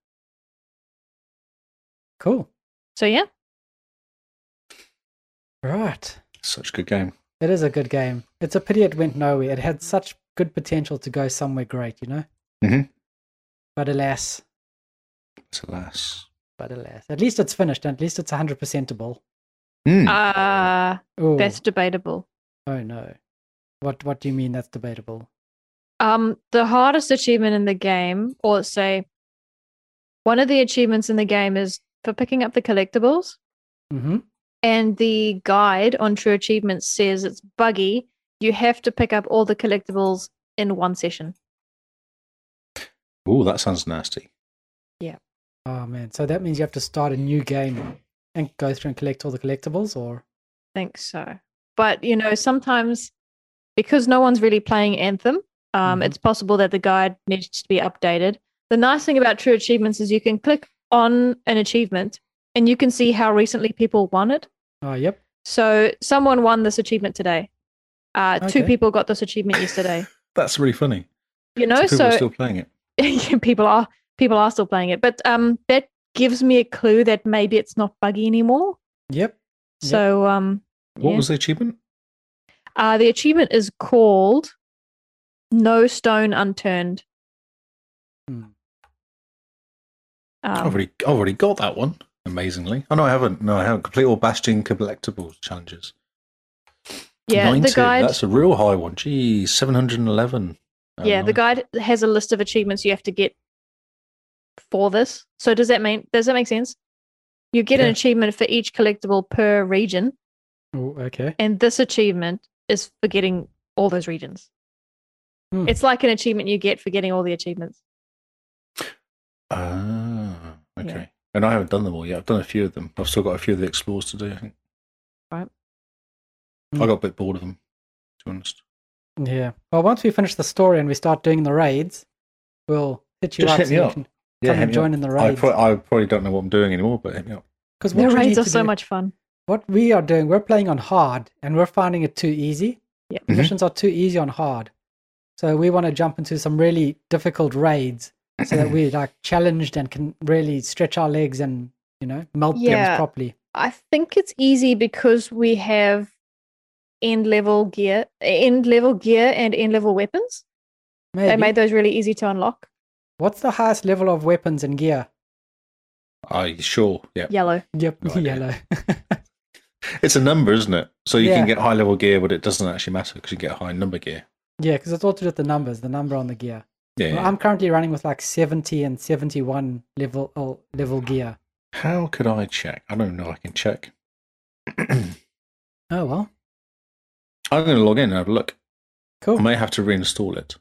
Cool. So, yeah. Right. Such a good game. It is a good game. It's a pity it went nowhere. It had such good potential to go somewhere great, you know? Mhm. But alas, It's alas. but alas. At least it's finished. and At least it's 100%able. Mm. Uh, Ooh, that's debatable. Oh, no. What, what do you mean that's debatable? Um, the hardest achievement in the game, or say, one of the achievements in the game is for picking up the collectibles. Mm-hmm. And the guide on True Achievements says it's buggy. You have to pick up all the collectibles in one session. Ooh, that sounds nasty. Oh man, so that means you have to start a new game and go through and collect all the collectibles, or think so. But you know, sometimes because no one's really playing Anthem, um, Mhm. it's possible that the guide needs to be updated. The nice thing about True Achievements is you can click on an achievement and you can see how recently people won it. oh yep, So someone won this achievement today. Uh, Two Okay. people got this achievement yesterday. That's really funny. You know, So people so are still playing it. people are people are still playing it, but um, that gives me a clue that maybe it's not buggy anymore. yep. Yep. So um, What yeah. was the achievement? Uh, the achievement is called No Stone Unturned. Hmm. Um, I've, already, I've already got that one, amazingly. Oh, no, I haven't. No, I haven't. Complete all Bastion collectibles challenges. yeah, 90. the guide. That's a real high one. Geez, 711. Oh, yeah, the nice. guide has a list of achievements you have to get for this. So does that mean does that make sense? You get an Yeah. achievement for each collectible per region, Oh, okay. And this achievement is for getting all those regions. Hmm. It's like an achievement you get for getting all the achievements. Ah, okay. Yeah. And I haven't done them all yet. I've done a few of them. I've still got a few of the explores to do. I think. Right. Mm. I got a bit bored of them, to be honest. Yeah. Well, once we finish the story and we start doing the raids, we'll hit you Just up hit so me you up. can Yeah, come hit and me join up. in the I, raids. pro- I probably don't know what I'm doing anymore, but hit me up. Because The raids are so much fun. What we are doing, we're playing on hard, and we're finding it too easy. Yeah. Mhm. Missions are too easy on hard, so we want to jump into some really difficult raids so that Mm-hmm. we're like challenged and can really stretch our legs and you know melt things Yeah. properly. I think it's easy because we have end level gear, end level gear, and end level weapons. Maybe. They made those really easy to unlock. What's the highest level of weapons and gear? I sure, yeah. Yellow. Yep, No idea. yellow. It's a number, isn't it? So you Yeah. can get high level gear, but it doesn't actually matter because you get high number gear. yeah, because it's all to do with the numbers, the number on the gear. Yeah. Well, I'm currently running with like 70 and 71 level oh, level gear. How could I check? I don't know. I can check. Oh well, I'm going to log in and have a look. cool. I may have to reinstall it.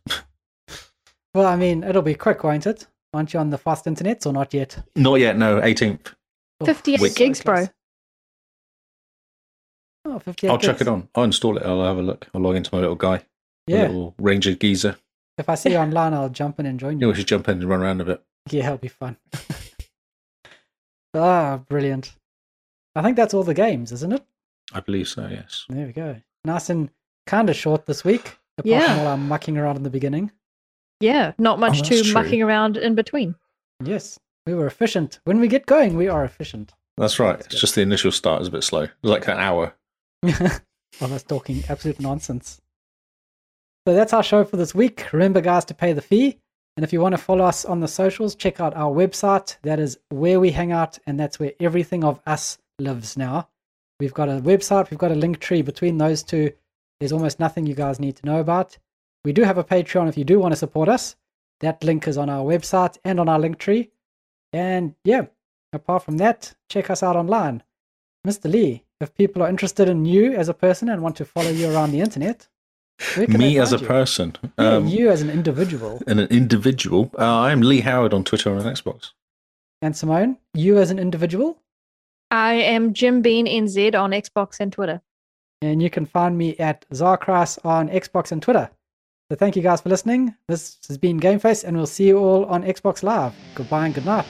Well, I mean, it'll be quick, won't it? Aren't you on the fast internet or not yet? Not yet. No, 18th. Oh, 58 so gigs, bro. close. Oh, 58 I'll check gigs. it on. I'll install it. I'll have a look. I'll log into my little guy, my Yeah, little ranger geezer. if I see you online, I'll jump in and join You know, you. we should jump in and run around a bit. Yeah, it'll be fun. ah, brilliant. I think that's all the games, isn't it? I believe so. Yes. There we go. Nice and kind of short this week, apart Yeah. from all our mucking around in the beginning. Yeah, not much that's to true. mucking around in between. Yes, we were efficient. When we get going, we are efficient. That's right. It's just the initial start is a bit slow. It's like an hour. of us talking absolute nonsense. So that's our show for this week. Remember, guys, to pay the fee. And if you want to follow us on the socials, check out our website. That is where we hang out, and that's where everything of us lives now. We've got a website, we've got a link tree between those two. There's almost nothing you guys need to know about. We do have a Patreon if you do want to support us. That link is on our website and on our link tree. And yeah, apart from that, check us out online. Mr. Lee, if people are interested in you as a person and want to follow you around the internet, where can Me they as a find you? person Yeah, um, you as an individual. and an individual. Uh, I'm Lee Howard on Twitter and on Xbox. And Simone, you as an individual. I am Jim Bean NZ on Xbox and Twitter. And you can find me at Zarkras on Xbox and Twitter. So thank you guys for listening. This has been Game Face, and we'll see you all on Xbox Live. Goodbye and good night.